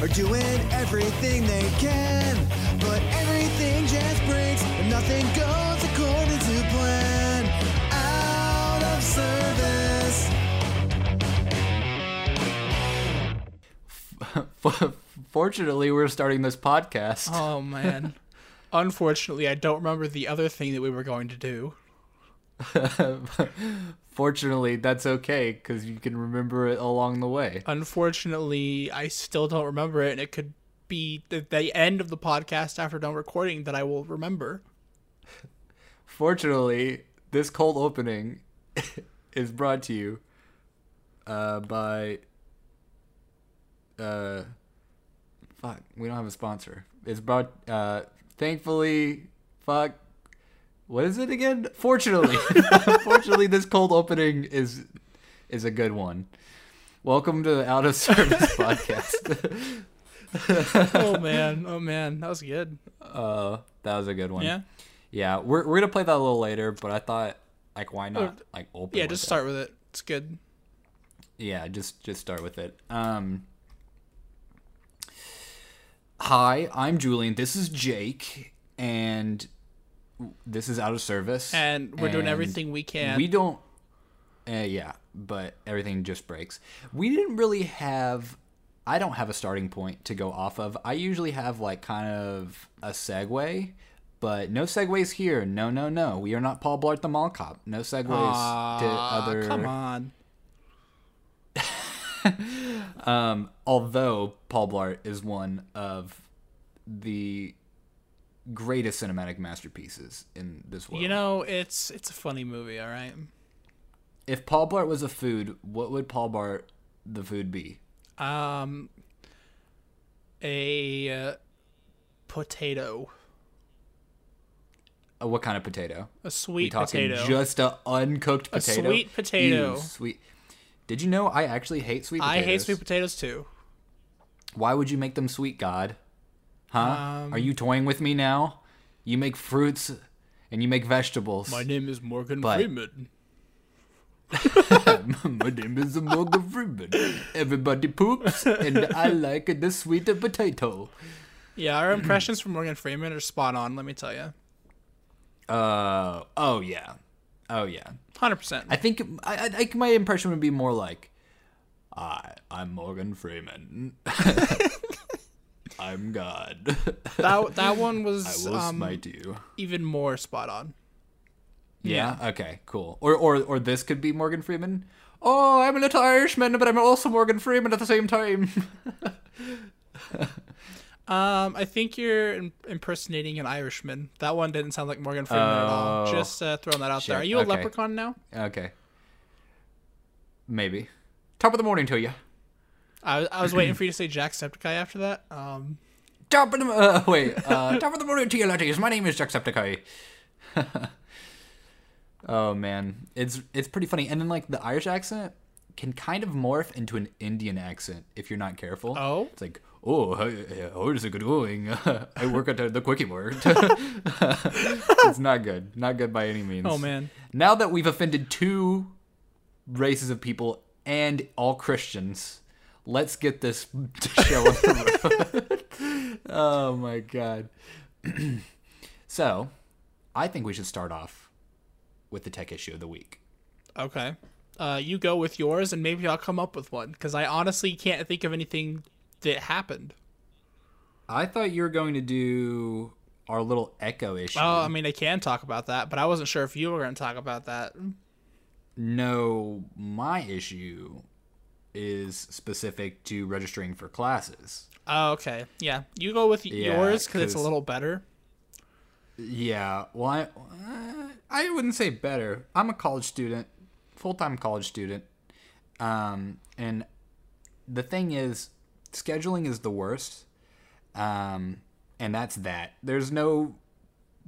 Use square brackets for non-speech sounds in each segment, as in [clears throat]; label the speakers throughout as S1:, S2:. S1: are doing everything they can. But everything just breaks and nothing goes according to plan. Out of service.
S2: [laughs] Fortunately, we're starting this podcast.
S3: [laughs] Oh man. Unfortunately, I don't remember the other thing that we were going to do.
S2: [laughs] Fortunately, that's okay because you can remember it along the way.
S3: Unfortunately, I still don't remember it, and it could be the, the end of the podcast after done recording that I will
S2: [laughs]
S3: remember.
S2: Fortunately, this cold opening [laughs] is brought to you uh, by. Uh, fuck, we don't have a sponsor. It's brought. Uh, thankfully, fuck. What is it again?
S3: [laughs]
S2: Fortunately, [laughs] fortunately, this cold opening is is a good one. Welcome to the Out of
S3: [laughs]
S2: Service podcast. [laughs]
S3: Oh man, oh man, that was good.
S2: Uh, that was a good one.
S3: Yeah,
S2: Yeah, we're we're gonna play that a little later, but I thought like why not like open
S3: yeah.
S2: with
S3: Just
S2: it?
S3: start with it. It's good.
S2: Yeah, just just start with it. Um Hi, I'm Julian. This is Jake and this is out of service.
S3: And we're doing
S2: and
S3: everything we can.
S2: We don't uh, yeah, but everything just breaks. We didn't really have I don't have a starting point to go off of. I usually have like kind of a segue, but no segues here. No, no, no. We are not Paul Blart the Mall Cop. No segues to
S3: Aw,
S2: other
S3: Ah, come on.
S2: Um, although Paul Blart is one of the greatest cinematic masterpieces in this world.
S3: You know, it's it's a funny movie. All right,
S2: if Paul Blart was a food, what would Paul Blart the food be?
S3: um, a uh, potato,
S2: Uh, what kind of potato?
S3: a
S2: We
S3: sweet
S2: talking
S3: potato.
S2: just a uncooked potato?
S3: sweet potato.
S2: Ew, sweet. Did you know I actually hate sweet
S3: I
S2: potatoes?
S3: hate sweet potatoes too.
S2: Why would you make them sweet, God? Huh?
S3: Um,
S2: Are you toying with me now? You make fruits and you make vegetables.
S3: My name is Morgan
S2: But-
S3: Freeman.
S2: [laughs] My name is Morgan Freeman. Everybody poops, and I like the sweet potato.
S3: Yeah, our impressions from Morgan Freeman are spot on. Let me tell you,
S2: Uh, oh yeah, oh yeah.
S3: hundred percent.
S2: I think I, I think my impression would be more like, I I'm Morgan Freeman. [laughs] I'm God.
S3: That that
S2: [laughs]
S3: one
S2: I
S3: was
S2: will
S3: um,
S2: smite you.
S3: even more spot on.
S2: Yeah. Okay. Cool. Or or or this could be Morgan Freeman. Oh, I'm a little Irishman, but I'm also Morgan Freeman at the same time. [laughs]
S3: Um, I think you're im- impersonating an Irishman. That one didn't sound like Morgan Freeman at all.
S2: Oh.
S3: Just uh, throwing that out there. Are
S2: Shit,
S3: you a
S2: okay.
S3: leprechaun now?
S2: okay. Maybe. Top of the morning to you.
S3: I, was- I
S2: [clears throat]
S3: was waiting for you to say Jacksepticeye after that. Um,
S2: Top of the uh, wait, uh, [laughs] top of the morning to you, laddies. My name is Jacksepticeye. [laughs] oh man, it's it's pretty funny. And then like the Irish accent can kind of morph into an Indian accent if you're not careful.
S3: Oh?
S2: it's like oh, how, how is it going? [laughs] I work at the Quickie
S3: [laughs]
S2: Mart. [laughs] it's not good, not good by any means.
S3: oh man,
S2: Now that we've offended two races of people and all Christians, let's get this [laughs] show on the road. [laughs] oh my god. [clears throat] so, I think we should start off with the tech issue of the week.
S3: okay. Uh, you go with yours, and maybe I'll come up with one because I honestly can't think of anything that happened.
S2: I thought you were going to do our little echo issue.
S3: Oh, I mean, I can talk about that, but I wasn't sure if you were going to talk about that.
S2: no, my issue is specific to registering for classes.
S3: Oh, okay. Yeah, you go with yours 'cause yours because it's a
S2: 'cause-
S3: little
S2: [laughs]
S3: better. [laughs]
S2: Yeah. Well, I, uh, I wouldn't say better. I'm a college student, full time college student. Um, and the thing is, scheduling is the worst. Um, and that's that. There's no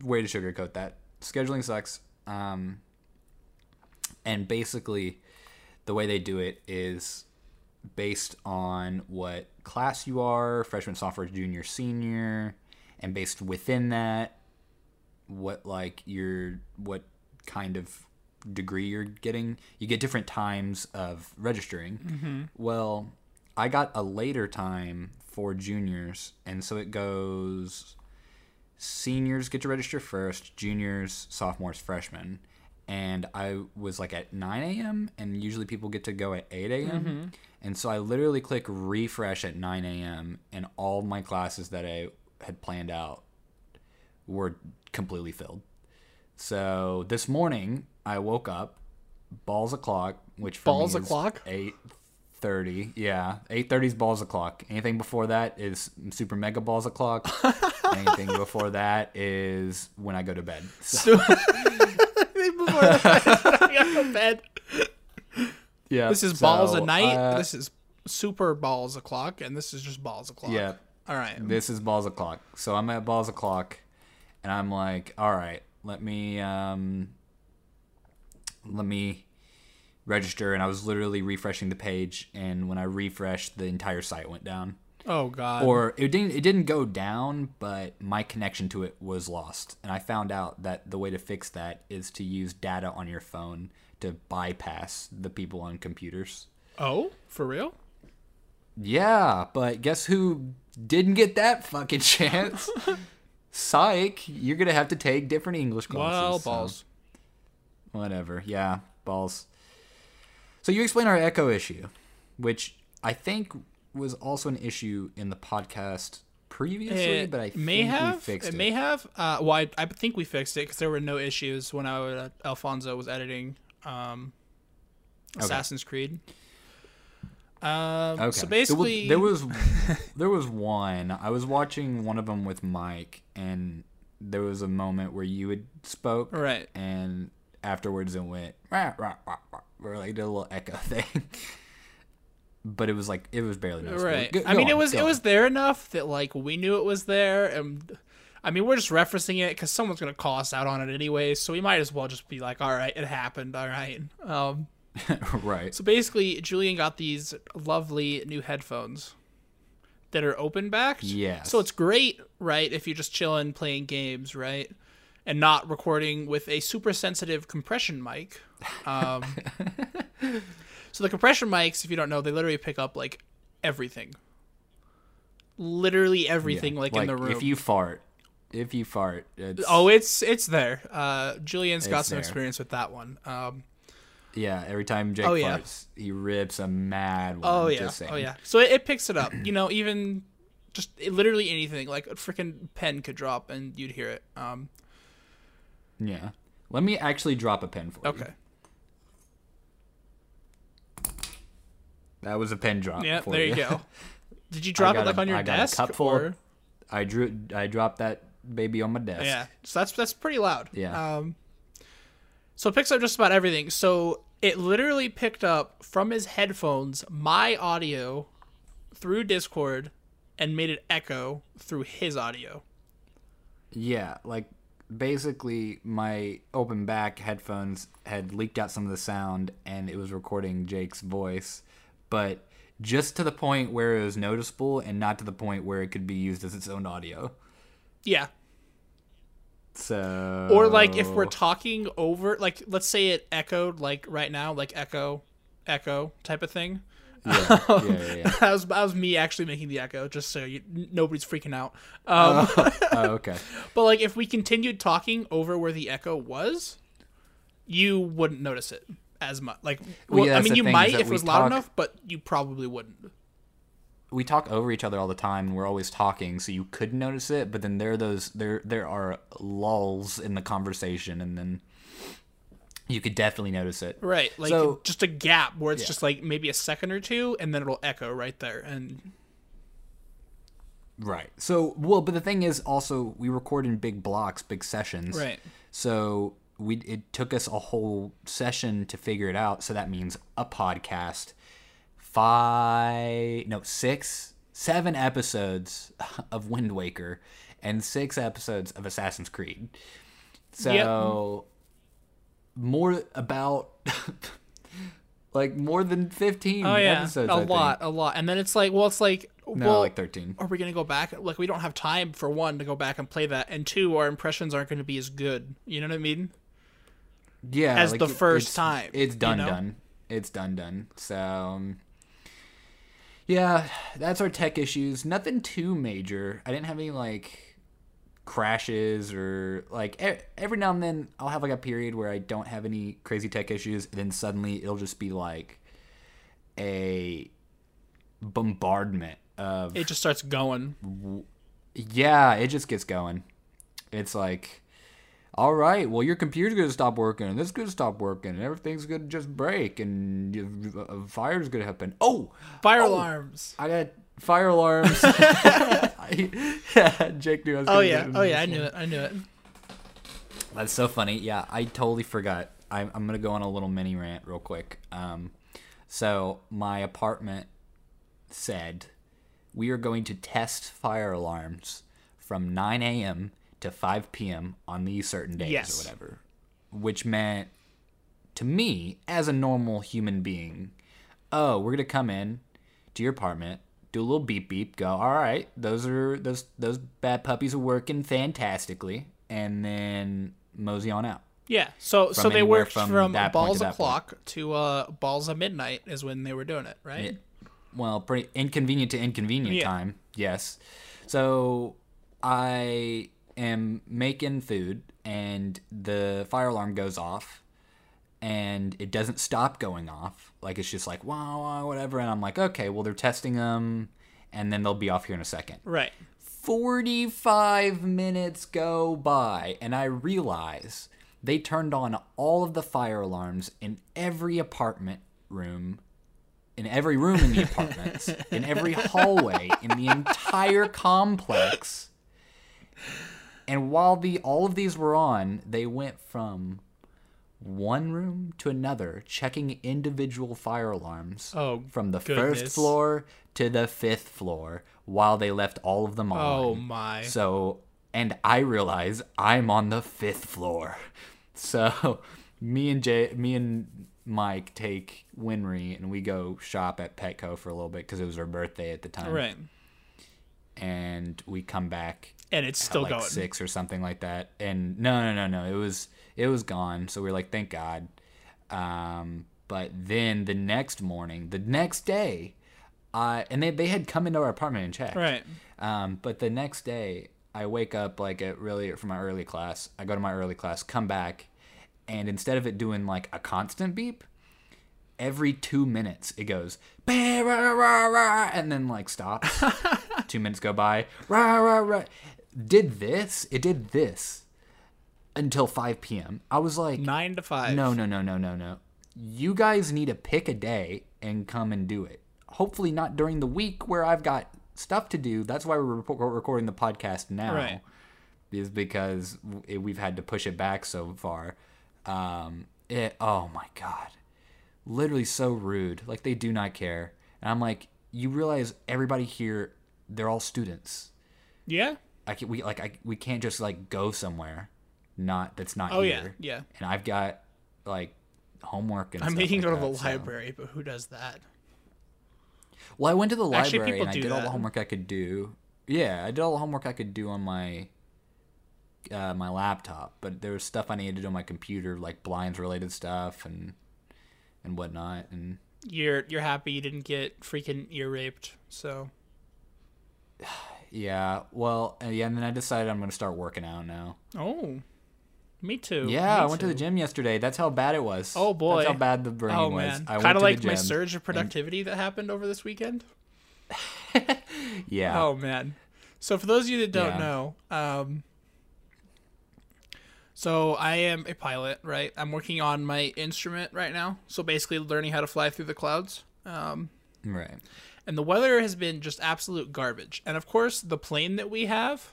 S2: way to sugarcoat that. Scheduling sucks. Um, and basically, the way they do it is based on what class you are freshman, sophomore, junior, senior, and based within that what like your what kind of degree you're getting you get different times of registering well i got a later time for juniors, and so it goes seniors get to register first, juniors, sophomores, freshmen. And I was like at 9 a.m., and usually people get to go at 8 a.m. And so I literally click refresh at 9 a.m., and all my classes that I had planned out were completely filled. So this morning I woke up, balls o'clock, which for
S3: Balls
S2: me is
S3: o'clock?
S2: eight thirty. Yeah, eight thirty is balls o'clock. Anything before that is super mega balls
S3: [laughs]
S2: o'clock. Anything before that is when I go to bed. So,
S3: Before I go to bed.
S2: yeah,
S3: This is balls
S2: so,
S3: a night.
S2: uh,
S3: this is super balls o'clock, and this is just balls o'clock.
S2: yeah,
S3: All right.
S2: this is balls o'clock. So I'm at balls o'clock, and I'm like, all right, let me um, let me register. And I was literally refreshing the page, and when I refreshed, the entire site went down.
S3: oh God.
S2: or it didn't it didn't go down but my connection to it was lost and i found out that the way to fix that is to use data on your phone to bypass the people on computers
S3: oh, for real?
S2: yeah but guess who didn't get that fucking [laughs] chance psych you're gonna have to take different english classes
S3: Well,
S2: so
S3: balls.
S2: whatever yeah balls so you explain our echo issue which i think was also an issue in the podcast previously
S3: It
S2: but i
S3: may
S2: think
S3: have.
S2: we fixed it,
S3: it may have. Uh, well, I, I think we fixed it because there were no issues when I would, uh, Alfonso was editing um, Assassin's Creed. Um,
S2: Okay. There
S3: So
S2: wa-
S3: basically,
S2: there was
S3: [laughs]
S2: there was one. I was watching one of them with Mike, and there was a moment where you had spoke,
S3: Right.
S2: And afterwards, it went rah, rah, rah, rah, or like did a little echo [laughs] thing. but it was like it was barely noticeable.
S3: right.
S2: Go-
S3: I
S2: go
S3: mean, it
S2: on,
S3: was
S2: go
S3: it
S2: on.
S3: was there enough that like we knew it was there, and I mean we're just referencing it because someone's gonna call us out on it anyway, so we might as well just be like, all right, it happened, all right. Um,
S2: [laughs] right.
S3: so basically, Julian got these lovely new headphones that are open backed.
S2: Yes.
S3: So it's great, right, if you're just chilling playing games, right, and not recording with a super sensitive compression mic.
S2: [laughs]
S3: Um, so the compression mics, if you don't know, they literally pick up like everything. Literally
S2: Yeah.
S3: everything, like, in the room.
S2: If you fart, if you fart, it's,
S3: oh, it's it's there. Uh, Julian's got
S2: It's
S3: some
S2: there.
S3: experience with that one. Um,
S2: yeah. Every time Jake
S3: Oh, yeah.
S2: farts, he rips a mad one.
S3: Oh yeah.
S2: just
S3: Oh
S2: saying.
S3: yeah. So it, it picks it up. You know, even just it, literally anything. Like a freaking pen could drop and you'd hear it. Um.
S2: Yeah. Let me actually drop a pen for you.
S3: Okay.
S2: That was a pen drop.
S3: Yeah.
S2: for
S3: There you
S2: [laughs]
S3: go. Did you drop
S2: got
S3: it like
S2: a-
S3: on your
S2: I got a
S3: desk?
S2: cupful.
S3: or-
S2: I drew. I dropped that baby on my desk.
S3: Yeah. So that's that's pretty loud.
S2: Yeah.
S3: Um. So it picks up just about everything. So it literally picked up from his headphones my audio through Discord and made it echo through his audio.
S2: Yeah. Like basically, my open back headphones had leaked out some of the sound, and it was recording Jake's voice, but just to the point where it was noticeable, and not to the point where it could be used as its own audio.
S3: Yeah.
S2: So.
S3: or like if
S2: Oh.
S3: we're talking over like let's say it echoed like right now like echo echo type
S2: [laughs]
S3: of thing
S2: Yeah, yeah, yeah, yeah.
S3: that was that was me actually making the echo just so you, n- nobody's freaking out um,
S2: Oh, okay.
S3: [laughs]
S2: [laughs]
S3: but like if we continued talking over where the echo was you wouldn't notice it as much like well,
S2: Well, yeah,
S3: i
S2: that's
S3: mean
S2: the
S3: you
S2: thing, is
S3: might
S2: that
S3: if it
S2: we
S3: was loud
S2: talk-
S3: enough but you probably wouldn't
S2: we talk over each other all the time and we're always talking so you could notice it but then there are those there there are lulls in the conversation and then you could definitely notice it
S3: right like
S2: So-
S3: just a gap where it's just like maybe a second or two and then it'll echo right there and
S2: right so well but the thing is also we record in big blocks big sessions
S3: Right.
S2: so we it took us a whole session to figure it out so that means a podcast five no six seven episodes [laughs] of wind waker and six episodes of assassin's creed So more about [laughs] like more than fifteen
S3: oh yeah
S2: Mm, episodes.
S3: a
S2: I think.
S3: lot a lot and then it's like well it's like
S2: No,
S3: well,
S2: like thirteen.
S3: are we going to go back? Like, we don't have time for one to go back and play that, and two, our impressions aren't going to be as good. You know what I mean?
S2: Yeah,
S3: as the
S2: it-
S3: first
S2: it's-
S3: time,
S2: It's
S3: you
S2: done,
S3: know?
S2: done. It's done, done. So um, Yeah, that's our tech issues. Nothing too major. I didn't have any like crashes or like e- every now and then I'll have like a period where I don't have any crazy tech issues and then suddenly it'll just be like a bombardment of
S3: It just starts going.
S2: yeah, it just gets going. It's like all right, well your computer's going to stop working and this going to stop working and everything's going to just break and uh, uh, fire's going to happen. Oh,
S3: Fire
S2: Oh.
S3: alarms.
S2: I got fire
S3: [laughs]
S2: alarms. [laughs] yeah, Jake knew I was
S3: Oh
S2: gonna
S3: yeah.
S2: get
S3: Oh yeah. I
S2: into
S3: knew it. I knew it.
S2: this. That's so funny. Yeah, I totally forgot. I'm, I'm gonna go on a little mini rant real quick. Um, so my apartment said we are going to test fire alarms from 9 a.m. to 5 p.m. on these certain days
S3: Yes.
S2: or whatever, which meant to me as a normal human being, oh, we're gonna come in to your apartment, do a little beep beep, go, all right, those are those those bad puppies are working fantastically, and then mosey on out.
S3: Yeah. So so
S2: From
S3: they
S2: anywhere
S3: worked
S2: from
S3: from,
S2: that point to
S3: balls
S2: that
S3: o'clock to uh balls of midnight is when they were doing it, right?
S2: well, pretty inconvenient to inconvenient
S3: Yeah.
S2: time. Yes. So I am making food and the fire alarm goes off and it doesn't stop going off. Like it's just like wow, wow whatever and I'm like, "Okay, well they're testing them and then they'll be off here in a second.
S3: Right.
S2: 45 minutes go by and I realize they turned on all of the fire alarms in every apartment room, in every room in the
S3: [laughs]
S2: apartments, in every hallway, in the entire complex. And while the all of these were on, they went from one room to another, checking individual fire alarms
S3: Oh,
S2: from the
S3: goodness.
S2: first floor to the fifth floor while they left all of them on.
S3: Oh my.
S2: So, and I realize I'm on the fifth floor. [laughs] So, me and Jay, me and Mike take Winry and we go shop at Petco for a little bit because it was her birthday at the time.
S3: Right.
S2: And we come back
S3: And it's
S2: at
S3: still
S2: like
S3: going.
S2: six or something like that. And no, no, no, no, it was it was gone. So we were like, thank God. Um, but then the next morning, the next day, I and they they had come into our apartment and checked.
S3: Right.
S2: Um, but the next day, I wake up like at really from my early class. I go to my early class, come back, and instead of it doing like a constant beep, every two minutes it goes "Bah, rah, rah, rah," and then like stops. two minutes go by. Rah, rah, rah. Did this? It did this until 5 p.m. I was like,
S3: Nine to five.
S2: no, no, no, no, no, no. You guys need to pick a day and come and do it. Hopefully not during the week where I've got stuff to do. That's why we're repo- we're recording the podcast now.
S3: Right.
S2: Is because w- it- we've had to push it back so far. Um, it, oh my god, literally so rude. Like they do not care. And I'm like, you realize everybody here, they're all students.
S3: Yeah.
S2: I can, we like I, we can't just like go somewhere, not that's not
S3: Oh, yeah,
S2: here.
S3: yeah.
S2: And I've got like homework and.
S3: I mean,
S2: stuff
S3: you can
S2: like
S3: go to the
S2: that, so-
S3: library, but who does that?
S2: Well, I went to the
S3: Actually,
S2: library
S3: people
S2: and I
S3: do
S2: did all the
S3: that.
S2: homework I could do. Yeah, I did all the homework I could do on my uh, my laptop, but there was stuff I needed to do on my computer, like blinds related stuff and and whatnot. And
S3: You're you're happy you didn't get freaking ear raped. So
S2: yeah, well, uh, yeah, and then I decided I'm gonna start working out now.
S3: oh, me too.
S2: Yeah,
S3: Oh, me
S2: I went to the
S3: too.
S2: gym yesterday. That's how bad it was.
S3: Oh boy,
S2: that's how bad the brain
S3: oh,
S2: was.
S3: Man.
S2: I went
S3: Kind
S2: to
S3: of
S2: the
S3: like my
S2: gym.
S3: surge of productivity that happened over this weekend.
S2: Yeah.
S3: Oh man. So for those of you that
S2: Yeah.
S3: don't know, um so I am a pilot, right? I'm working on my instrument right now. So basically learning how to fly through the clouds.
S2: Right.
S3: And the weather has been just absolute garbage. And of course, the plane that we have,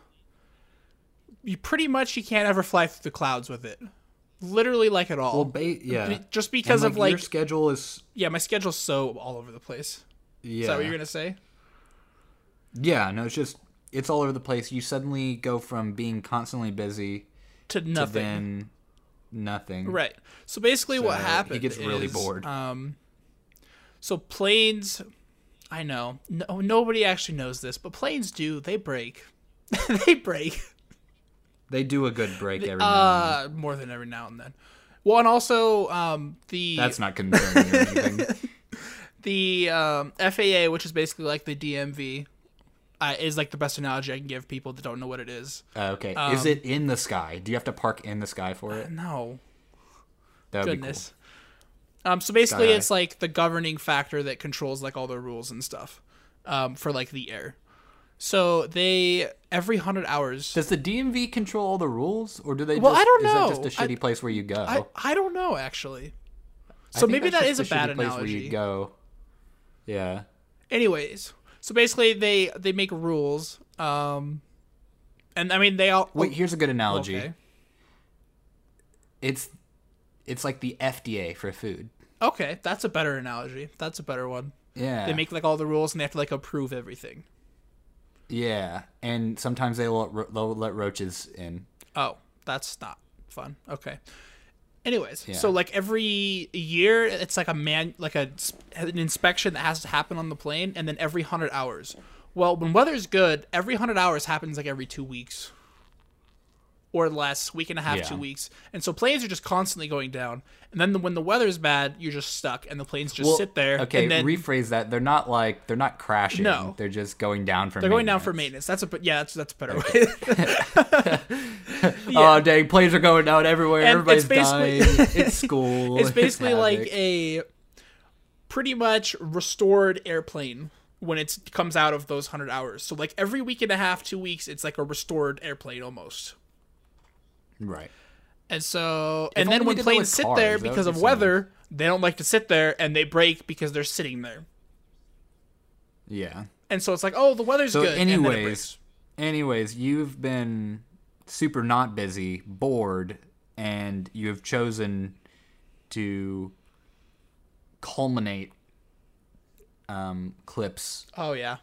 S3: you pretty much you can't ever fly through the clouds with it. Literally like at all.
S2: Well, ba- yeah.
S3: Be- just because
S2: And,
S3: of like
S2: your schedule is
S3: yeah, my schedule's so all over the place.
S2: yeah.
S3: Is that what you're going to say?
S2: Yeah, no, it's just it's all over the place. You suddenly go from being constantly busy
S3: To
S2: to
S3: nothing.
S2: then nothing.
S3: Right. So basically, what
S2: So, he
S3: happened?
S2: gets really
S3: is,
S2: bored.
S3: Um, so planes, I know. No, nobody actually knows this, but planes do. They break. [laughs] they break.
S2: They do a good break every now. And then.
S3: Uh, more than every now and then. Well, and also um, the [laughs]
S2: That's not concerning or anything.
S3: the um, FAA, which is basically like the DMV, uh, is like the best analogy I can give people that don't know what it is.
S2: Uh, okay.
S3: Um,
S2: is it in the sky? Do you have to park in the sky for it?
S3: No,
S2: That would
S3: goodness. Um, so basically,
S2: Sky-high.
S3: it's like the governing factor that controls like all the rules and stuff um, for like the air. So they every hundred hours.
S2: be cool. Does the DMV control all the rules, or do they?
S3: Well,
S2: just,
S3: I don't
S2: Is that just a
S3: know. I-
S2: shitty place where you go? I
S3: I, I don't know actually. So
S2: think
S3: maybe
S2: that's
S3: that is
S2: just
S3: a bad
S2: shitty place
S3: analogy.
S2: Where you go. Yeah.
S3: Anyways, so basically they they make rules. Um, and I mean they all
S2: Wait, here's a good analogy.
S3: Oh, okay.
S2: It's it's like the FDA for food.
S3: Okay, that's a better analogy. That's a better one.
S2: Yeah.
S3: They make like all the rules and they have to like approve everything.
S2: Yeah, and sometimes they will ro- they'll let roaches in.
S3: Oh, that's not fun. Okay. Anyways,
S2: Yeah.
S3: so like every year, it's like a man, like a s- an inspection that has to happen on the plane, and then every hundred hours. Well, when weather's good, every hundred hours happens like every two weeks, or less, week and a half,
S2: Yeah.
S3: two weeks, and so planes are just constantly going down. And then the, when the weather's bad, you're just stuck, and the planes just
S2: Well,
S3: sit there.
S2: Okay,
S3: and then
S2: rephrase that. They're not like they're not crashing.
S3: No.
S2: they're just going down for.
S3: they're going down for maintenance. That's a b- yeah, that's that's a better way.
S2: Oh dang! Planes are going down everywhere.
S3: And
S2: Everybody's
S3: it's
S2: dying.
S3: basically- [laughs]
S2: it's school.
S3: it's basically like
S2: havoc.
S3: a pretty much restored airplane when it comes out of those 100 hours so like every week and a half two weeks it's like a restored airplane almost
S2: right.
S3: and so and
S2: only
S3: then
S2: we
S3: when
S2: did that with
S3: planes sit
S2: cars,
S3: there
S2: that would
S3: because
S2: be
S3: of
S2: so
S3: weather they don't like to sit there and they break because they're sitting there
S2: Yeah.
S3: and so it's like oh the weather's
S2: So,
S3: good and then it
S2: anyways,
S3: breaks.
S2: Anyways, you've been super not busy, bored, and you have chosen to culminate um, clips
S3: oh yeah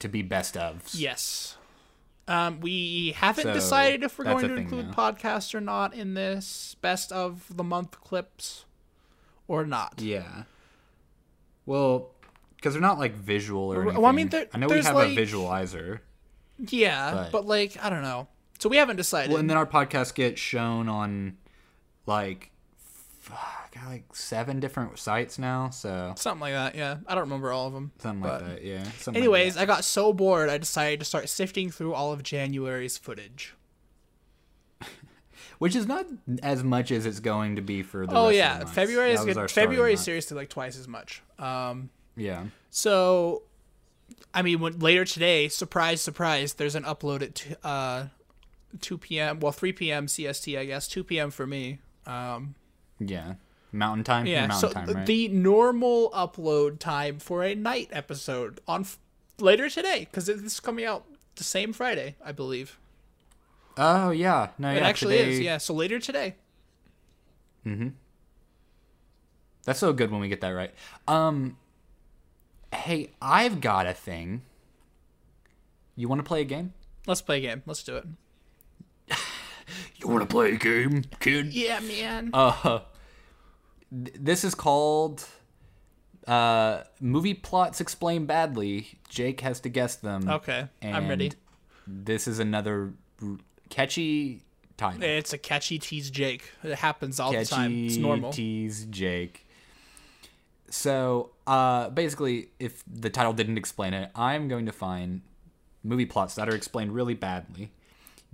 S2: to be best of.
S3: yes um, we haven't
S2: So,
S3: decided if we're
S2: that's
S3: going
S2: a
S3: to
S2: thing
S3: include
S2: now.
S3: podcasts or not in this best of the month clips or not
S2: Yeah. Well, because they're not like visual or anything.
S3: Well, I mean, there-
S2: I know we
S3: there's,
S2: have
S3: like-
S2: a visualizer.
S3: Yeah,
S2: But-
S3: but, like I don't know. So we haven't decided.
S2: Well, and then our podcasts get shown on like fuck, like seven different sites now. So
S3: something like that. Yeah, I don't remember all of them.
S2: something like that. Yeah. Something like
S3: Anyways,
S2: that.
S3: I got so bored, I decided to start sifting through all of January's footage.
S2: which is not as much as it's going to be for the.
S3: Oh
S2: rest of
S3: yeah,
S2: the months.
S3: February
S2: That
S3: is
S2: was our
S3: good.
S2: starting
S3: February is
S2: month.
S3: seriously like twice as much. Um,
S2: Yeah.
S3: so I mean, when, later today, surprise, surprise, there's an upload at t- uh, 2 p.m. Well, 3 p.m. CST, I guess. 2 p.m. for me.
S2: Yeah. Mountain time. You're
S3: Yeah,
S2: Mountain
S3: so
S2: time,
S3: th-
S2: right?
S3: the normal upload time for a night episode on f- later today because this is coming out the same Friday, I believe.
S2: oh yeah. No.
S3: It
S2: yeah.
S3: actually
S2: today-
S3: is. Yeah, so later today.
S2: That's so good when we get that right. Um. Hey, I've got a thing. You want to play a game?
S3: Let's play a game. Let's do it.
S2: You want to play a game, kid?
S3: Yeah, man.
S2: Uh, This is called uh movie plots explained badly. Jake has to guess them.
S3: okay, I'm ready.
S2: and This is another r- catchy title.
S3: It's a catchy tease, Jake. It happens all the time. It's
S2: catchy
S3: normal.
S2: tease Jake. So uh, basically, if the title didn't explain it, I'm going to find movie plots that are explained really badly.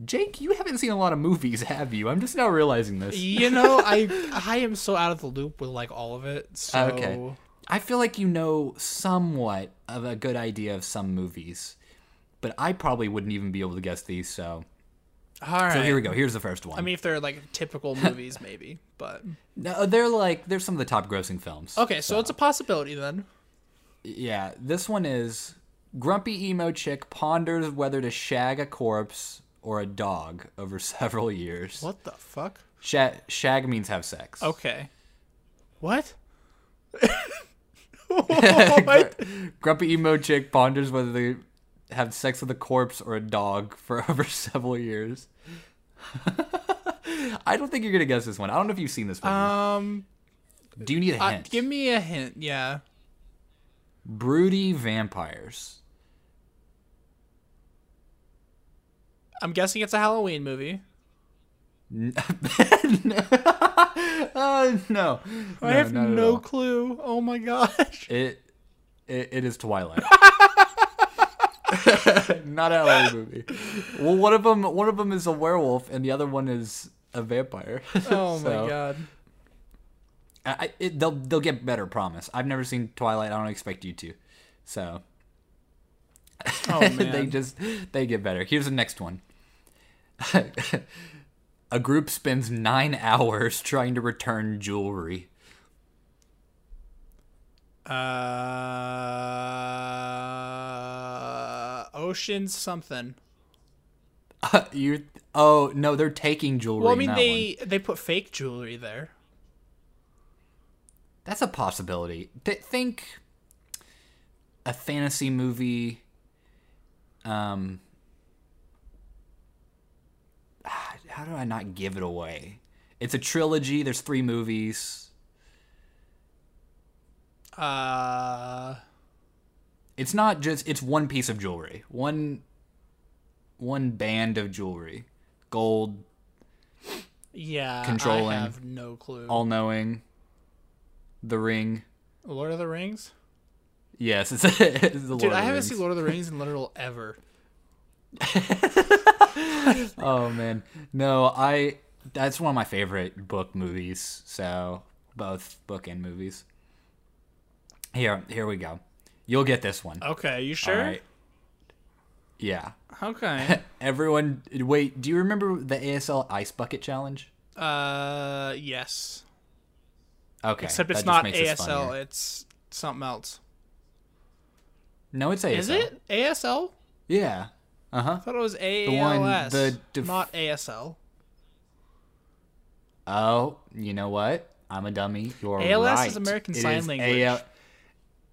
S2: Jake, you haven't seen a lot of movies, [laughs] have you? I'm just now realizing this. [laughs]
S3: you know, I I am so out of the loop with like all of it. So
S2: Ah, Okay. I feel like you know somewhat of a good idea of some movies, but I probably wouldn't even be able to guess these. So,
S3: all right.
S2: so here we go. Here's the first one.
S3: I mean, if they're like
S2: [laughs]
S3: typical movies, maybe. But
S2: no, they're like they're some of the top grossing films.
S3: okay, so it's a possibility then.
S2: Yeah, this one is grumpy emo chick ponders whether to shag a corpse or a dog over [laughs] several years.
S3: What Oh, the fuck?
S2: Sha- shag means have sex. [laughs]
S3: Okay. [laughs] What? [laughs] what?
S2: Grumpy emo chick ponders whether they have sex with a corpse or a dog for [laughs] over several years. [laughs] I don't think you're gonna guess this one. I don't know if you've seen this movie.
S3: Um,
S2: Do you need a
S3: uh,
S2: hint?
S3: give me a hint. Yeah.
S2: Broody vampires.
S3: I'm guessing it's a Halloween movie.
S2: Uh, no.
S3: I have
S2: not at
S3: no
S2: [laughs] all.
S3: clue. Oh my gosh.
S2: It It, it is Twilight. Not an LA movie. Well, one of them, one of them is a werewolf, and the other one is a vampire.
S3: [laughs] [laughs] Oh
S2: So, [laughs]
S3: my god.
S2: I, I- it, they'll they'll get better, promise. I've never seen Twilight. I don't expect you to. So
S3: Oh
S2: [laughs]
S3: man.
S2: they just they get better. Here's the next one. [laughs] a group spends nine hours trying to return jewelry. [laughs]
S3: Uh, ocean something.
S2: you oh no, they're taking jewelry.
S3: Well, I
S2: in
S3: mean
S2: that one.
S3: they they put fake jewelry there.
S2: that's a possibility. Th- think a fantasy movie. Um, ah, how do I not give it away? It's a trilogy. There's three movies.
S3: Uh,
S2: it's not just it's one piece of jewelry one one band of jewelry gold
S3: yeah. I
S2: Controlling.
S3: have no clue.
S2: all-knowing the ring
S3: Lord of the Rings.
S2: yes it's, [laughs] it's the lord
S3: Dude,
S2: of
S3: I
S2: the
S3: haven't
S2: Rings.
S3: seen
S2: [laughs]
S3: Lord of the Rings in literal ever.
S2: oh man no i that's one of my favorite book movies so both book and movies here here we go you'll get this one
S3: Okay, you
S2: all
S3: sure?
S2: right yeah [laughs]
S3: Okay.
S2: everyone wait do you remember the asl ice bucket challenge
S3: uh, yes.
S2: okay
S3: Except
S2: that
S3: it's
S2: just
S3: not
S2: makes this funnier.
S3: ASL. It's something else.
S2: no it's asl
S3: Is it ASL?
S2: Yeah. Uh huh.
S3: I thought it was ALS.
S2: one- the def-
S3: not ASL.
S2: Oh, you know what? I'm a dummy. You're
S3: ALS
S2: right.
S3: is American
S2: It
S3: Sign
S2: is
S3: Language.
S2: AL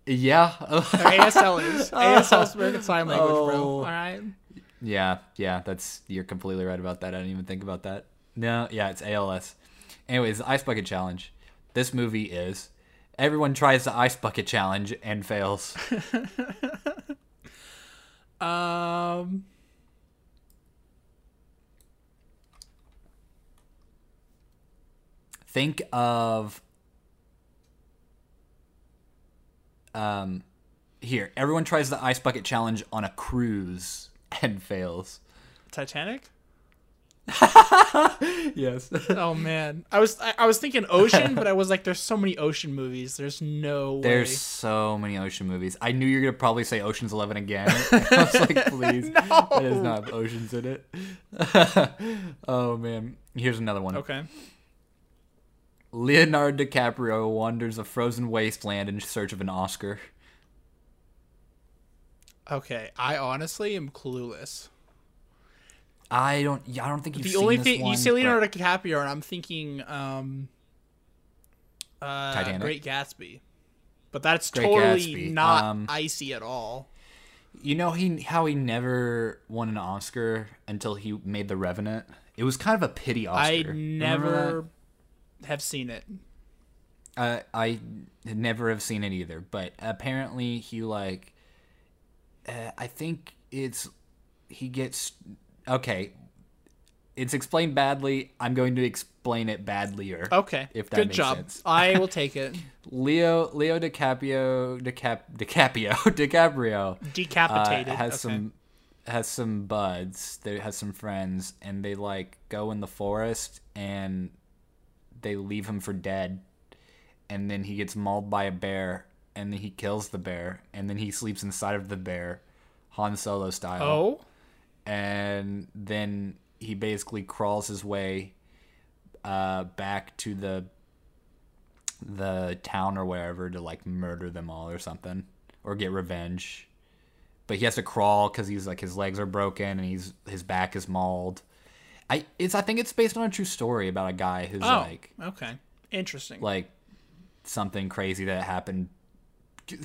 S2: yeah. [laughs]
S3: Or ASL is. ASL is American Sign Language, bro.
S2: Oh.
S3: All right.
S2: yeah. Yeah. That's you're completely right about that. I didn't even think about that. No. Yeah. It's ALS. Anyways, the ice bucket challenge. This movie is everyone tries the ice bucket challenge and fails.
S3: Um.
S2: Think of um here. Everyone tries the ice bucket challenge on a cruise and fails.
S3: Titanic.
S2: Yes.
S3: Oh man, I was I, I was thinking
S2: [laughs]
S3: ocean, but I was like, there's so many ocean movies. There's no
S2: There's
S3: way.
S2: so many ocean movies. I knew you were gonna probably say Ocean's Eleven
S3: [laughs]
S2: again. [laughs] I was like, please, no. that does not have oceans in it. [laughs] oh man, here's another one.
S3: Okay.
S2: Leonardo DiCaprio wanders a frozen wasteland in search of an Oscar.
S3: Okay. I honestly am clueless.
S2: I don't. Yeah, I don't think you've
S3: the
S2: seen
S3: only
S2: this
S3: thing
S2: one,
S3: you say
S2: but-
S3: Leonardo DiCaprio, and I'm thinking um, uh,
S2: Titanic?
S3: Great Gatsby, but that's
S2: Great
S3: totally
S2: Gatsby,
S3: not
S2: um,
S3: icy at all.
S2: You know he how he never won an Oscar until he made The Revenant. It was kind of a pity Oscar.
S3: I
S2: Remember that?
S3: never have seen it.
S2: uh, I never have seen it either, but apparently he like uh, I think it's he gets okay. It's explained badly. I'm going to explain it badlier.
S3: Okay,
S2: If that
S3: good
S2: makes
S3: job.
S2: sense. Uh, [laughs]
S3: I will take it.
S2: Leo Leo DiCaprio DiCap DiCaprio [laughs] DiCaprio uh,
S3: Decapitated
S2: has
S3: okay.
S2: some has some buds. They has some friends, and they like go in the forest and they leave him for dead. And then he gets mauled by a bear, and then he kills the bear, and then he sleeps inside of the bear, Han Solo style.
S3: Oh,
S2: And then he basically crawls his way uh, back to the the town or wherever to like murder them all or something or get revenge. But he has to crawl because he's like his legs are broken and he's his back is mauled. I it's I think it's based on a true story about a guy who's
S3: oh,
S2: like
S3: okay, interesting.
S2: like something crazy that happened.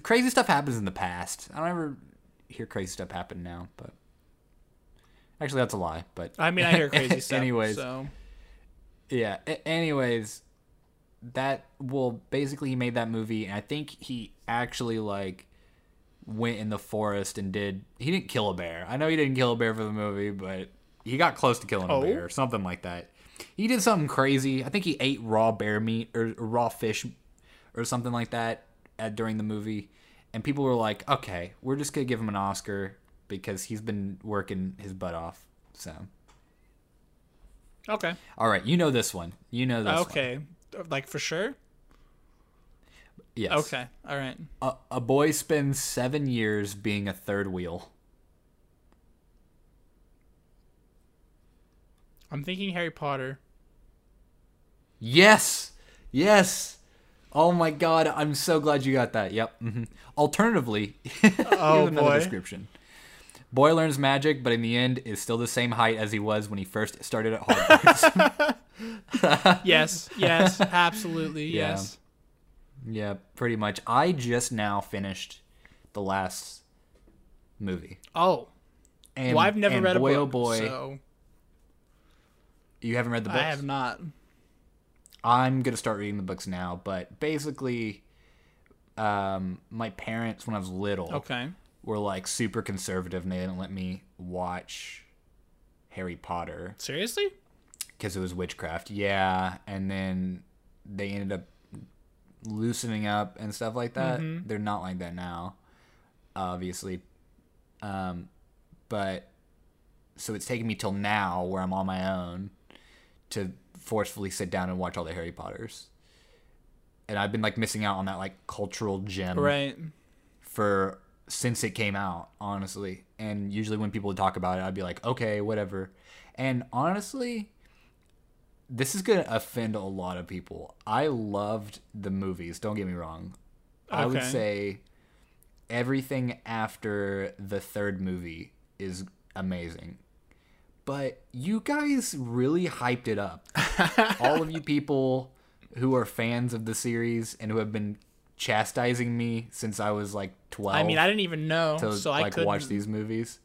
S2: Crazy stuff happens in the past. I don't ever hear crazy stuff happen now, but actually that's a lie. But
S3: I mean,
S2: [laughs]
S3: I hear crazy stuff.
S2: Anyways,
S3: so
S2: yeah. a- anyways, that well, basically, he made that movie, and I think he actually like went in the forest and did. He didn't kill a bear. I know he didn't kill a bear for the movie, but he got close to killing
S3: Oh?
S2: a bear or something like that. He did something crazy. I think he ate raw bear meat or, or raw fish or something like that at, during the movie, and people were like, "Okay, we're just gonna give him an Oscar because he's been working his butt off." So,
S3: Okay.
S2: all right, you know this one. You know this one.
S3: Oh, okay. Like for sure.
S2: Yes.
S3: Okay. All right.
S2: A, a boy spends seven years being a third wheel.
S3: I'm thinking Harry Potter.
S2: [laughs] Yes. Yes. Oh my god, I'm so glad you got that. Yep. hmm Alternatively, [laughs] here's another
S3: Oh, boy.
S2: description. Boy learns magic, but in the end is still the same height as he was when he first started at
S3: [laughs]
S2: Hogwarts.
S3: Yes.
S2: [laughs]
S3: Yes. absolutely.
S2: Yeah.
S3: Yes.
S2: yeah, pretty much. I just now finished the last movie.
S3: Oh.
S2: And,
S3: well, I've never
S2: and
S3: read
S2: boy, Oh
S3: a book.
S2: boy,
S3: so
S2: you haven't read the books.
S3: I have not.
S2: I'm gonna start reading the books now, but basically, um, my parents when I was little
S3: Okay.
S2: were like super conservative, and they didn't let me watch Harry Potter
S3: Seriously?
S2: Mm-hmm. because it was witchcraft. Yeah, and then they ended up loosening up and stuff like that. They're not like that now, obviously. Um, but so it's taken me till now where I'm on my own to forcefully sit down and watch all the Harry Potters. And I've been like missing out on that like cultural gem
S3: Right.
S2: for since it came out, honestly. And usually when people would talk about it, I'd be like, okay, whatever. And honestly, this is gonna offend a lot of people. I loved the movies. Don't get me wrong. I would
S3: Okay.
S2: say everything after the third movie is amazing. But you guys really hyped it
S3: [laughs]
S2: up. All of you people who are fans of the series and who have been chastising me since I was like 12
S3: I mean, I didn't even know,
S2: to
S3: so I
S2: like
S3: couldn't.
S2: watch these movies.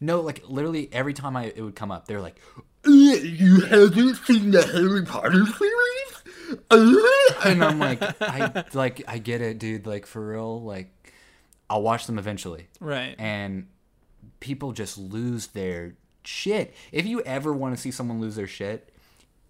S2: No, like literally every time I it would come up, they're like, "Uh, "You haven't seen the Harry Potter series," [laughs] Uh," and I'm like, "I like I get it, dude. Like for real, like I'll watch them eventually."
S3: Right.
S2: And people just lose their shit. If you ever want to see someone lose their shit,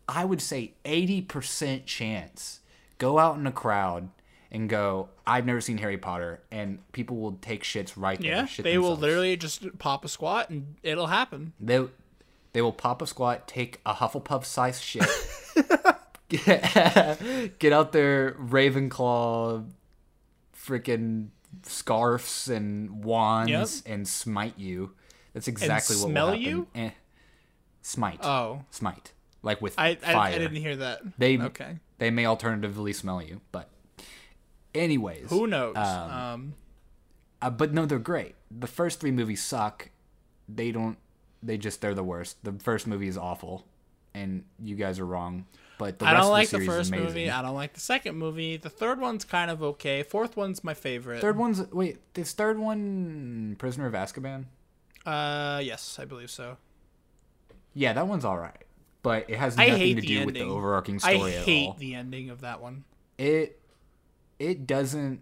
S2: I would say 80% chance. Go out in a crowd and go, I've never seen Harry Potter, and people will take shits right there.
S3: yeah. They
S2: shit
S3: will
S2: themselves.
S3: literally just pop a squat and it'll happen.
S2: They, they will pop a squat, take a Hufflepuff sized
S3: [laughs]
S2: shit, [laughs] get out their Ravenclaw freaking scarfs and wands and smite you. That's exactly what
S3: smell
S2: will happen.
S3: you?
S2: Eh. Smite.
S3: Oh.
S2: Smite. Like with
S3: I, I,
S2: fire.
S3: I didn't hear that.
S2: They
S3: Okay.
S2: They may alternatively smell you, but anyways.
S3: Who knows?
S2: Um,
S3: um
S2: uh, but no, they're great. The first three movies suck. They don't. They just they're the worst. The first movie is awful, and you guys are wrong. But the
S3: I
S2: rest
S3: don't
S2: of
S3: like
S2: the,
S3: the,
S2: series is
S3: first
S2: amazing.
S3: movie. I don't like the second movie. The third one's kind of okay. Fourth one's my favorite.
S2: Third one's wait. This third one, Prisoner of Azkaban.
S3: Uh, yes, I believe so.
S2: Yeah, that one's all right, but it has
S3: I
S2: nothing
S3: hate
S2: to
S3: the
S2: do
S3: ending.
S2: with the overarching
S3: I
S2: story at all.
S3: hate the ending of that one.
S2: it it doesn't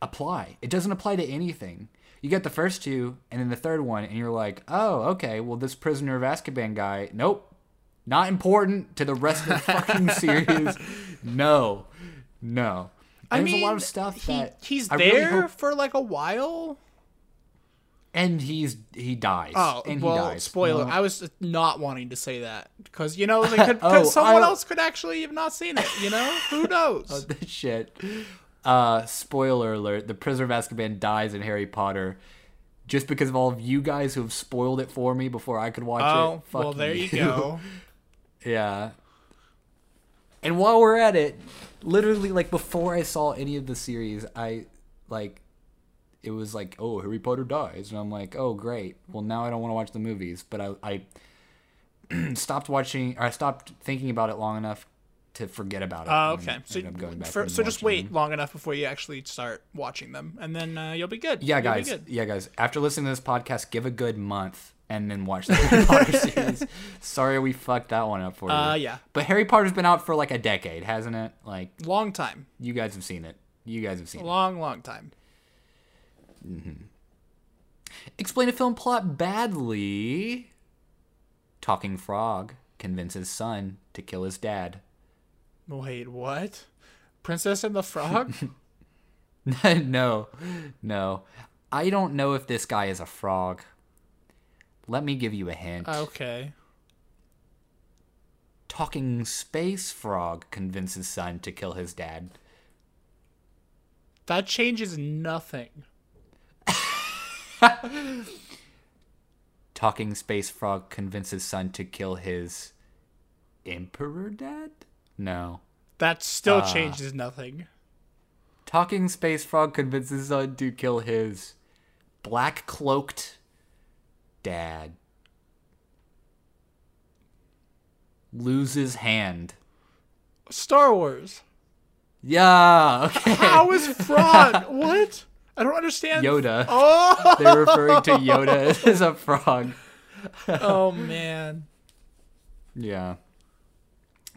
S2: apply. It doesn't apply to anything. You get the first two and then the third one and you're like, "Oh, okay. Well, this prisoner of Azkaban guy, nope. Not important to the rest of the
S3: [laughs]
S2: fucking series. No. No.
S3: I
S2: And there's
S3: mean,
S2: a lot of stuff
S3: he,
S2: that
S3: he's
S2: I really
S3: there
S2: hope-
S3: for like a while.
S2: and he's he dies.
S3: Oh,
S2: and
S3: well,
S2: he dies.
S3: spoiler.
S2: No.
S3: I was not wanting to say that because you know, like, could,
S2: [laughs] Oh,
S3: could someone
S2: I-
S3: else could actually have not seen it. You know, who
S2: [laughs]
S3: knows?
S2: this shit. Uh, spoiler alert: The Prisoner of Azkaban dies in Harry Potter, just because of all of you guys who have spoiled it for me before I could watch
S3: Oh,
S2: it. Fuck
S3: well, there
S2: [laughs]
S3: you go.
S2: yeah. And while we're at it, literally, like before I saw any of the series, I like it was like, oh, Harry Potter dies, and I'm like, oh, great. Well, now I don't want to watch the movies, but I, I [clears throat] stopped watching. Or I stopped thinking about it long enough to forget about it.
S3: Oh,
S2: and
S3: okay. So,
S2: ended up going back
S3: for,
S2: and
S3: so just
S2: watching them.
S3: wait long enough before you actually start watching them, and then uh, you'll be good.
S2: Yeah,
S3: You'll be
S2: guys.
S3: good.
S2: Yeah, guys. After listening to this podcast, give a good month and then watch the Harry
S3: [laughs]
S2: Potter series. Sorry, we fucked that one up for you.
S3: Uh, yeah.
S2: But Harry Potter's been out for like a decade, hasn't it? Like
S3: Long time,
S2: you guys have seen it. You guys have seen it.
S3: long, long time.
S2: Explain a film plot badly. Talking frog convinces son to kill his dad. [laughs] [laughs]
S3: Wait, what? Princess and the Frog?
S2: no, no. I don't know if this guy is a frog. Let me give you a hint.
S3: Okay.
S2: Talking space frog convinces son to kill his dad.
S3: That changes nothing.
S2: Talking space frog convinces son to kill his emperor dad? No.
S3: That still
S2: Ah.
S3: changes nothing.
S2: Talking space frog convinces son to kill his black cloaked dad. Loses hand.
S3: Star Wars.
S2: Yeah, okay.
S3: How is
S2: [laughs]
S3: fraud? what? I don't understand.
S2: Yoda.
S3: [laughs] Oh,
S2: They're referring to Yoda [laughs] as a frog.
S3: oh man.
S2: Yeah.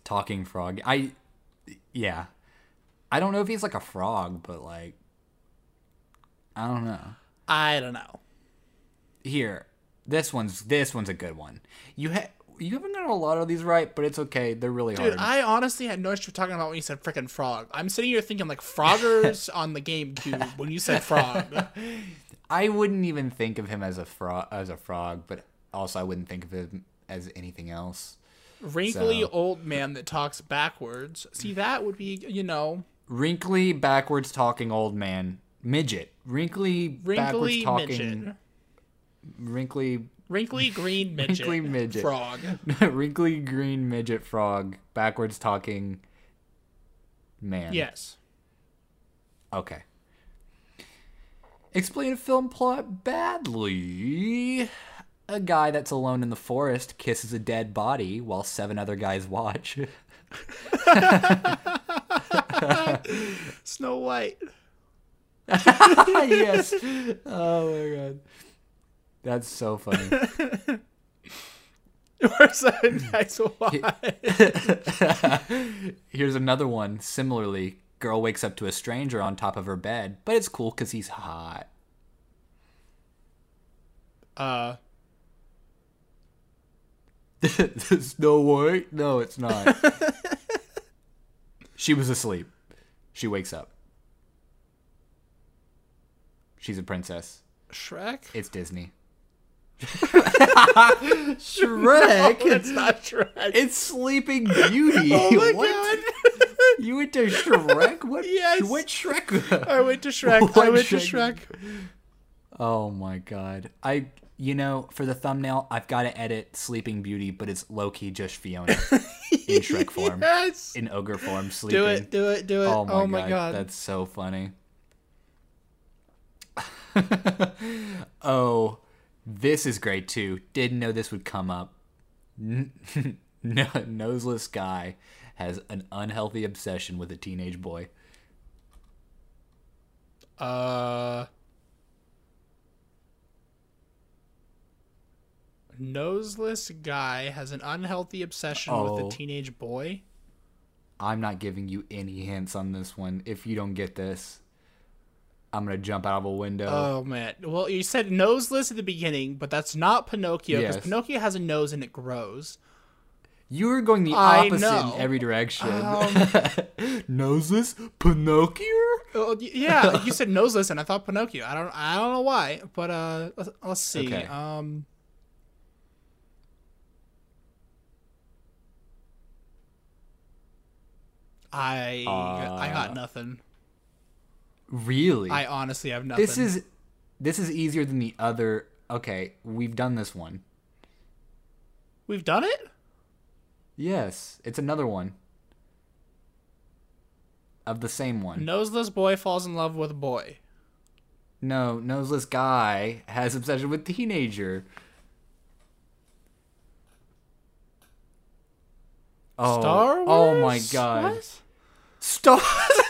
S2: Talking frog. I yeah. I don't know if he's like a frog, but like I don't know.
S3: I don't know.
S2: Here. This one's this one's a good one. You ha- you haven't got a lot of these right, but it's okay. They're really
S3: Dude,
S2: hard.
S3: I honestly had no idea what you were talking about when you said freaking frog. I'm sitting here thinking like
S2: [laughs]
S3: froggers on the GameCube when you said frog.
S2: I wouldn't even think of him as a frog as a frog, but also I wouldn't think of him as anything else.
S3: Wrinkly
S2: So-
S3: old man that talks backwards. See, that would be, you know,
S2: Wrinkly backwards talking old man. Midget. Wrinkly,
S3: wrinkly
S2: backwards talking
S3: midget.
S2: wrinkly [laughs]
S3: Wrinkly green midget.
S2: Wrinkly midget. [laughs]
S3: Frog.
S2: wrinkly green midget frog, backwards talking man.
S3: Yes.
S2: Okay. Explain a film plot badly. A guy that's alone in the forest kisses a dead body while seven other guys watch. [laughs]
S3: Snow White. [laughs]
S2: Ah, yes. Oh my god. That's so funny.
S3: Or something.
S2: [laughs]
S3: That's why.
S2: Here's another one similarly. Girl wakes up to a stranger on top of her bed, but it's cool cuz he's hot.
S3: Uh,
S2: [laughs] Snow White? No, it's
S3: [laughs]
S2: not. she was asleep. She wakes up. She's a princess.
S3: Shrek? [laughs]
S2: It's Disney. Shrek?
S3: It's not Shrek.
S2: [laughs] It's Sleeping Beauty.
S3: Oh my
S2: what?
S3: god.
S2: [laughs] You went to Shrek? What?
S3: Yes.
S2: You went Shrek?
S3: I went to Shrek. I
S2: What
S3: went to
S2: Shrek?
S3: Shrek.
S2: [laughs] Oh my god. I you know, for the thumbnail, I've got to edit Sleeping Beauty, but it's low key just
S3: [laughs]
S2: Fiona in Shrek form,
S3: Yes.
S2: in ogre form, sleeping.
S3: Do it. Do it. Do it.
S2: Oh my, god,
S3: god.
S2: that's so funny. [laughs] oh, this is great too. Didn't know this would come up. N- [laughs] no, noseless guy has an unhealthy obsession with a teenage boy.
S3: Uh. Noseless guy has an unhealthy obsession with
S2: Oh.
S3: a teenage boy.
S2: I'm not giving you any hints on this one. If you don't get this, I'm gonna jump out of a window.
S3: Oh man. Well, you said noseless at the beginning, but that's not Pinocchio because
S2: Yes.
S3: Pinocchio has a nose and it grows.
S2: you were going the
S3: I
S2: opposite
S3: know. Um,
S2: in every direction. [laughs] Noseless Pinocchio.
S3: Oh, y- yeah, you said noseless, and I thought Pinocchio. I don't, I don't know why, but uh, let's, let's see.
S2: Okay.
S3: Um, I, I
S2: Uh,
S3: got nothing.
S2: Really?
S3: I honestly have nothing.
S2: This is this is easier than the other. Okay, we've done this one.
S3: we've done it.
S2: Yes, it's another one of the same one.
S3: Noseless boy falls in love with boy.
S2: No, noseless guy has obsession with teenager. Oh,
S3: Star Wars.
S2: Oh my god.
S3: What?
S2: Star [laughs]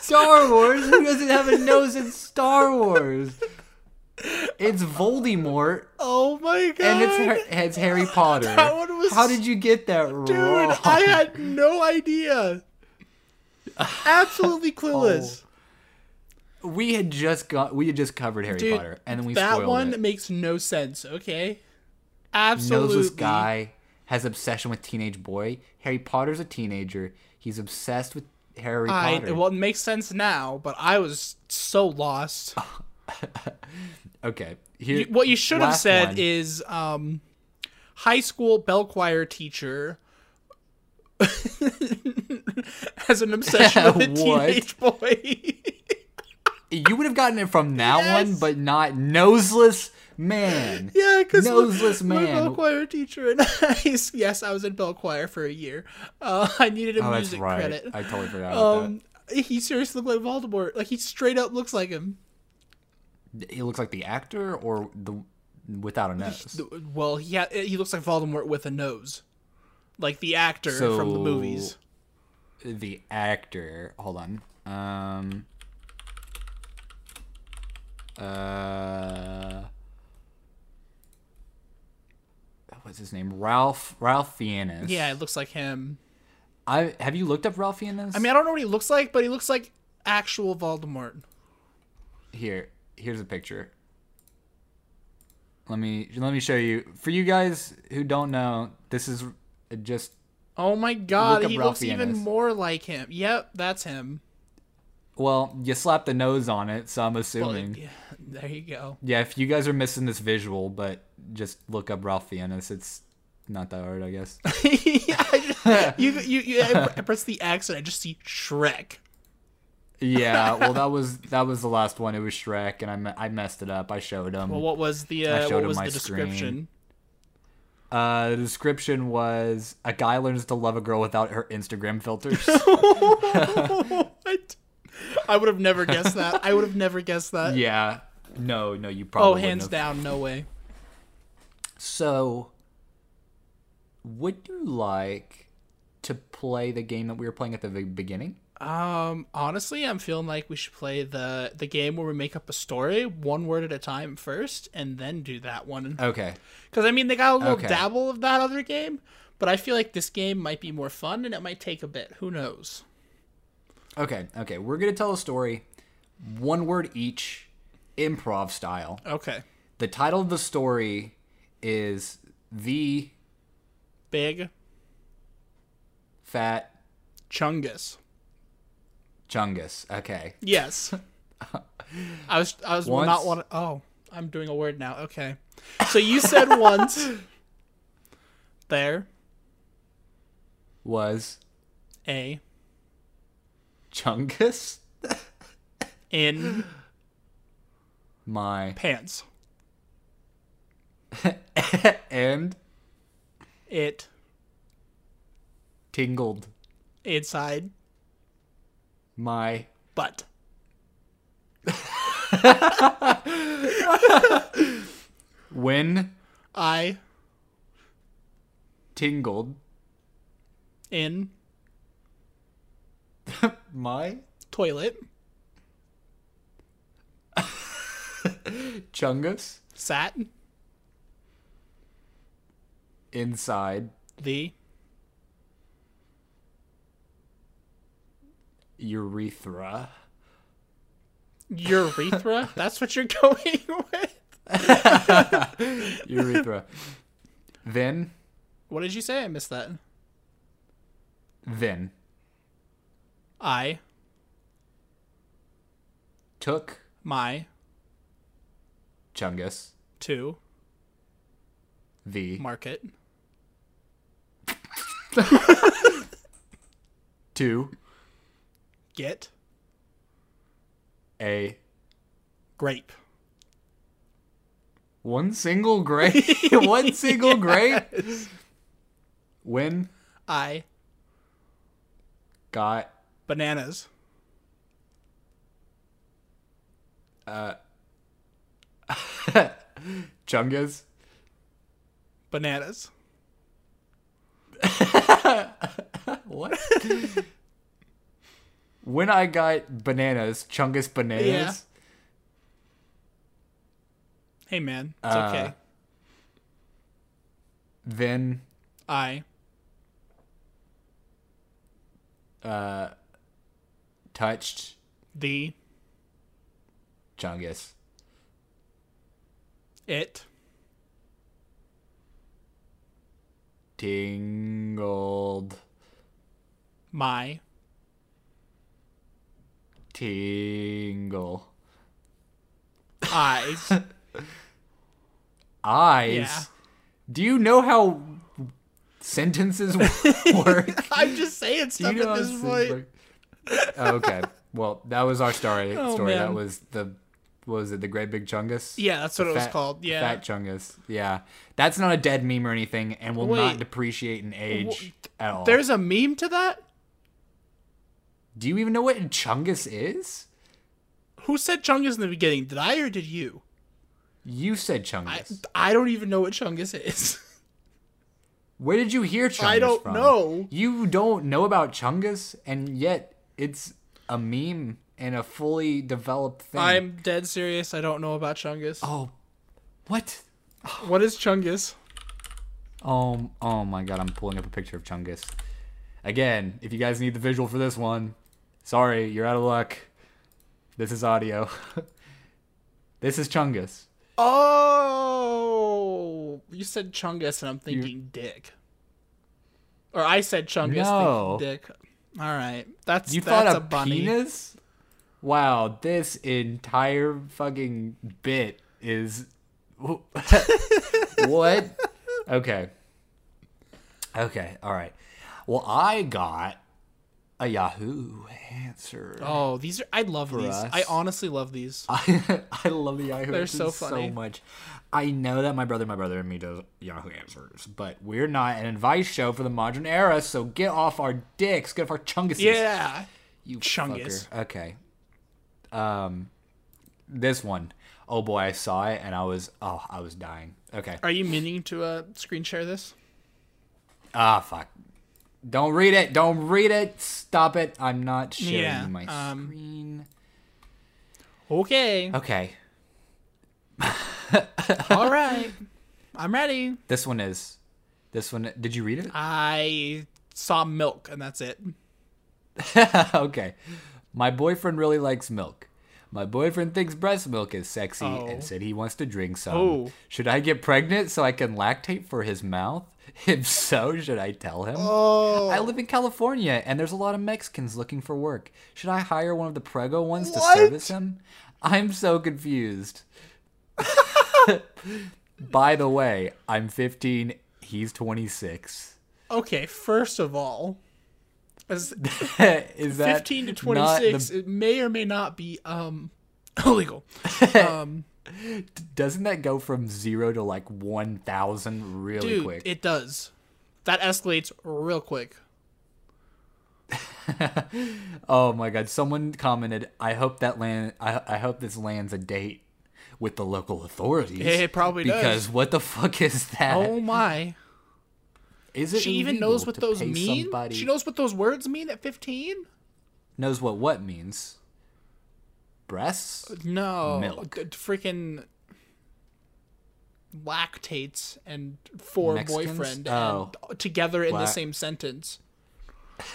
S2: Star Wars? Who doesn't have a nose in Star Wars? It's Voldemort
S3: Oh my god.
S2: and it's Har- it's Harry Potter.
S3: That one was
S2: How did you get that wrong?
S3: Dude,
S2: [laughs]
S3: I had no idea. Absolutely
S2: Oh.
S3: clueless.
S2: We had just got we had just covered Harry
S3: Dude,
S2: Potter, and then we
S3: that
S2: spoiled
S3: one
S2: it.
S3: makes no sense. Okay, absolutely.
S2: Noseless guy has obsession with teenage boy. Harry Potter's a teenager. He's obsessed with Harry
S3: I
S2: Potter.
S3: well, it makes sense now, but I was
S2: [laughs]
S3: so lost.
S2: okay. Here,
S3: You- what you should have
S2: last
S3: said
S2: one.
S3: is um, high school bell choir teacher [laughs] has an
S2: [laughs]
S3: obsession with a
S2: What?
S3: teenage boy. [laughs]
S2: you would have gotten it from that one,
S3: Yes.
S2: but not noseless man.
S3: Yeah, because
S2: Noseless
S3: my, my bell
S2: man.
S3: choir [laughs] teacher and I. Yes, I was in bell choir for a year. Uh, [laughs] I needed a
S2: Oh, that's
S3: music
S2: right.
S3: credit.
S2: I totally forgot about
S3: um, he seriously looked like Voldemort. Like he straight up looks like him.
S2: that. He looks like the actor or the without a nose.
S3: The- Well, he ha- he looks like Voldemort with a nose, like the actor from the
S2: So-
S3: movies.
S2: The actor. Hold on. Um. Uh. What's his name? Ralph Ralph Fiennes.
S3: Yeah, it looks like him.
S2: I have you looked up Ralph Fiennes?
S3: I mean, I don't know what he looks like, but he looks like actual Voldemort.
S2: here here's a picture let me let me show you for you guys who don't know this is just
S3: Oh my god,
S2: Look up
S3: he
S2: Ralph
S3: looks even
S2: Fiennes.
S3: more like him. Yep, that's him.
S2: well you slapped a nose on it so i'm
S3: Well,
S2: assuming yeah.
S3: yeah, there you [laughs] go.
S2: if you guys are missing this visual but just look up ralph Fiennes. it's not that hard i
S3: [laughs]
S2: guess
S3: I just- you, you, you, I pr- I press the X and I just see Shrek.
S2: yeah well that was that was the last one it was shrek and i, me- I messed it up i showed him
S3: Well, what was the
S2: I
S3: uh,
S2: showed
S3: what
S2: him
S3: was
S2: my
S3: the description?
S2: uh the description was a guy learns to love a girl without her instagram
S3: [laughs]
S2: filters
S3: what? I would have never guessed that. I would have never guessed that.
S2: yeah no no you probably
S3: oh,
S2: wouldn't
S3: hands
S2: have.
S3: down, no way.
S2: So, would you like to play the game that we were playing at the ve- beginning?
S3: Um, honestly, I'm feeling like we should play the the game where we make up a story one word at a time first, and then do that one.
S2: Okay.
S3: Because I mean, they got a
S2: Uh,
S3: little
S2: Okay.
S3: dabble of that other game, but I feel like this game might be more fun, and it might take a bit. Who knows?
S2: Okay. Okay. We're going to tell a story, one word each, improv style.
S3: Okay,
S2: The title of the story is The
S3: big
S2: Fat
S3: Chungus.
S2: Chungus. Okay. [laughs]
S3: Yes. I was I was
S2: Once-
S3: not one oh, I'm doing a word now. Okay. So
S2: [laughs]
S3: you said once there
S2: Was
S3: a
S2: Chungus
S3: in
S2: my [laughs]
S3: pants.
S2: and
S3: It
S2: tingled
S3: inside
S2: my
S3: butt.
S2: when
S3: I
S2: tingled
S3: in
S2: my
S3: toilet
S2: Chungus
S3: sat
S2: inside
S3: the
S2: urethra. [laughs]
S3: urethra. That's what you're going [laughs] with.
S2: Urethra. then,
S3: What did you say? I missed that.
S2: then
S3: I
S2: took
S3: my
S2: Chungus
S3: to
S2: the
S3: market
S2: to
S3: get
S2: a
S3: grape.
S2: one single grape. [laughs] one single grape. When
S3: I
S2: got
S3: bananas
S2: Chungus
S3: bananas
S2: [laughs] what? when I got bananas, Chungus bananas.
S3: Hey man, it's
S2: Uh,
S3: okay.
S2: Then
S3: I
S2: touched
S3: the
S2: Chungus
S3: it
S2: tingled
S3: my
S2: Tingle. [laughs]
S3: Eyes.
S2: Eyes.
S3: Yeah. [laughs]
S2: Do you know how sentences [laughs] work?
S3: I'm just saying
S2: Do you
S3: stuff
S2: know
S3: at
S2: how
S3: this point.
S2: sentences work? Oh, okay. Well, that was our story.
S3: [laughs] Oh,
S2: story that
S3: man.
S2: was the what was it the Great Big Chungus?
S3: Yeah, that's what
S2: The
S3: it was
S2: fat-
S3: called.
S2: the
S3: Yeah.
S2: Fat Chungus. Yeah. That's not a dead meme or anything, and will
S3: Wait.
S2: not depreciate in age at all.
S3: There's a meme to that?
S2: Do you even know what Chungus is?
S3: Who said Chungus in the beginning? Did I or did you?
S2: You said
S3: I,
S2: Chungus.
S3: I don't even know what Chungus is. [laughs]
S2: Where did you hear Chungus?
S3: I don't
S2: from?
S3: know.
S2: You don't know about Chungus, and yet it's a meme and a fully developed thing.
S3: I'm dead serious. I don't know about Chungus.
S2: Oh, what?
S3: What is Chungus?
S2: Oh, oh my god, I'm pulling up a picture of Chungus. Again, if you guys need the visual for this one, sorry, you're out of luck. This is audio. [laughs] this is Chungus.
S3: Oh, you said Chungus, and I'm thinking dick. Or I said Chungus,
S2: No.
S3: thinking dick. All right, that's
S2: You
S3: that's
S2: thought
S3: a
S2: a
S3: bunny.
S2: penis? Wow, this entire fucking bit is [laughs] what? Okay. Okay, all right. Well, I got a Yahoo answer.
S3: Oh, these are I love these.
S2: us. Uh,
S3: I honestly love these.
S2: [laughs] I, I love the Yahoo
S3: They're
S2: answers
S3: so funny.
S2: much. I know that my brother, my brother, and me does Yahoo answers, but we're not an advice show for the modern era. So get off our dicks, get off our chunguses.
S3: yeah.
S2: you
S3: Chungus.
S2: fucker. Okay. Um, this one. Oh boy, I saw it and I was oh I was dying. Okay.
S3: Are you meaning to uh, screen share this?
S2: Ah fuck. Don't read it. Don't read it. Stop it. I'm not sharing
S3: Yeah,
S2: my
S3: um,
S2: screen. [laughs]
S3: Okay.
S2: Okay.
S3: All right. I'm ready.
S2: This one is. This one. Did you read it?
S3: I saw milk, and that's it.
S2: [laughs] okay. My boyfriend really likes milk. My boyfriend thinks breast milk is sexy
S3: Oh.
S2: and said he wants to drink some.
S3: Oh.
S2: Should I get pregnant so I can lactate for his mouth? [laughs] If so, should I tell him?
S3: Oh.
S2: I live in California and there's a lot of Mexicans looking for work. Should I hire one of the prego ones
S3: What?
S2: to service him? I'm so confused. [laughs] By the way, I'm 15, he's 26.
S3: Okay. First of all, as
S2: [laughs] Is that
S3: 15 to
S2: not the
S3: 26 it may or may not be um [coughs] illegal um
S2: Doesn't that go from zero to like one thousand really
S3: dude
S2: quick?
S3: it does that escalates real quick
S2: oh my god! Someone commented, "I hope that land. I, I hope this lands a date with the local authorities."
S3: It probably does.
S2: because what the fuck is that?
S3: oh my
S2: Is it?
S3: she even
S2: illegal
S3: knows what
S2: to
S3: those
S2: pay
S3: mean
S2: Somebody
S3: she knows what those words mean at 15
S2: knows what what means. Breasts.
S3: no
S2: Milk.
S3: Good freaking lactates and for
S2: Mexicans?
S3: boyfriend
S2: Oh.
S3: and together in the
S2: Lac-
S3: same sentence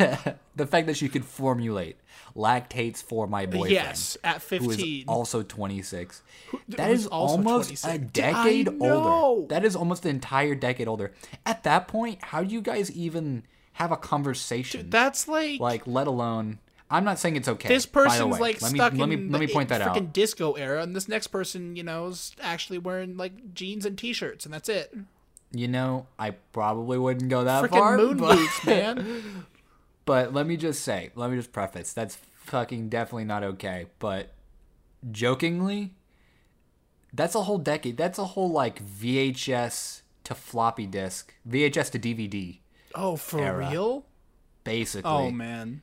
S2: The fact that she could formulate lactates for my boyfriend.
S3: yes at
S2: who is
S3: 15
S2: also 26. That
S3: who is
S2: is
S3: also
S2: almost
S3: 26.
S2: a
S3: D- I
S2: decade
S3: know.
S2: older. That is almost the entire decade older. At that point, how do you guys even have a conversation?
S3: that's like
S2: like, let alone. I'm not saying it's okay.
S3: this
S2: by the
S3: person's
S2: way.
S3: like
S2: let me,
S3: stuck
S2: let me,
S3: in
S2: let me
S3: the
S2: point that out.
S3: freaking disco era, and this next person, you know, is actually wearing like jeans and t-shirts, and that's it.
S2: You know, I probably wouldn't go that
S3: Freaking
S2: far.
S3: moon
S2: but, [laughs]
S3: boots, man.
S2: but let me just say, let me just preface. That's fucking definitely not okay. But jokingly, that's a whole decade. That's a whole like VHS to floppy disk, VHS to DVD.
S3: Oh, for
S2: Era.
S3: real?
S2: basically.
S3: Oh man.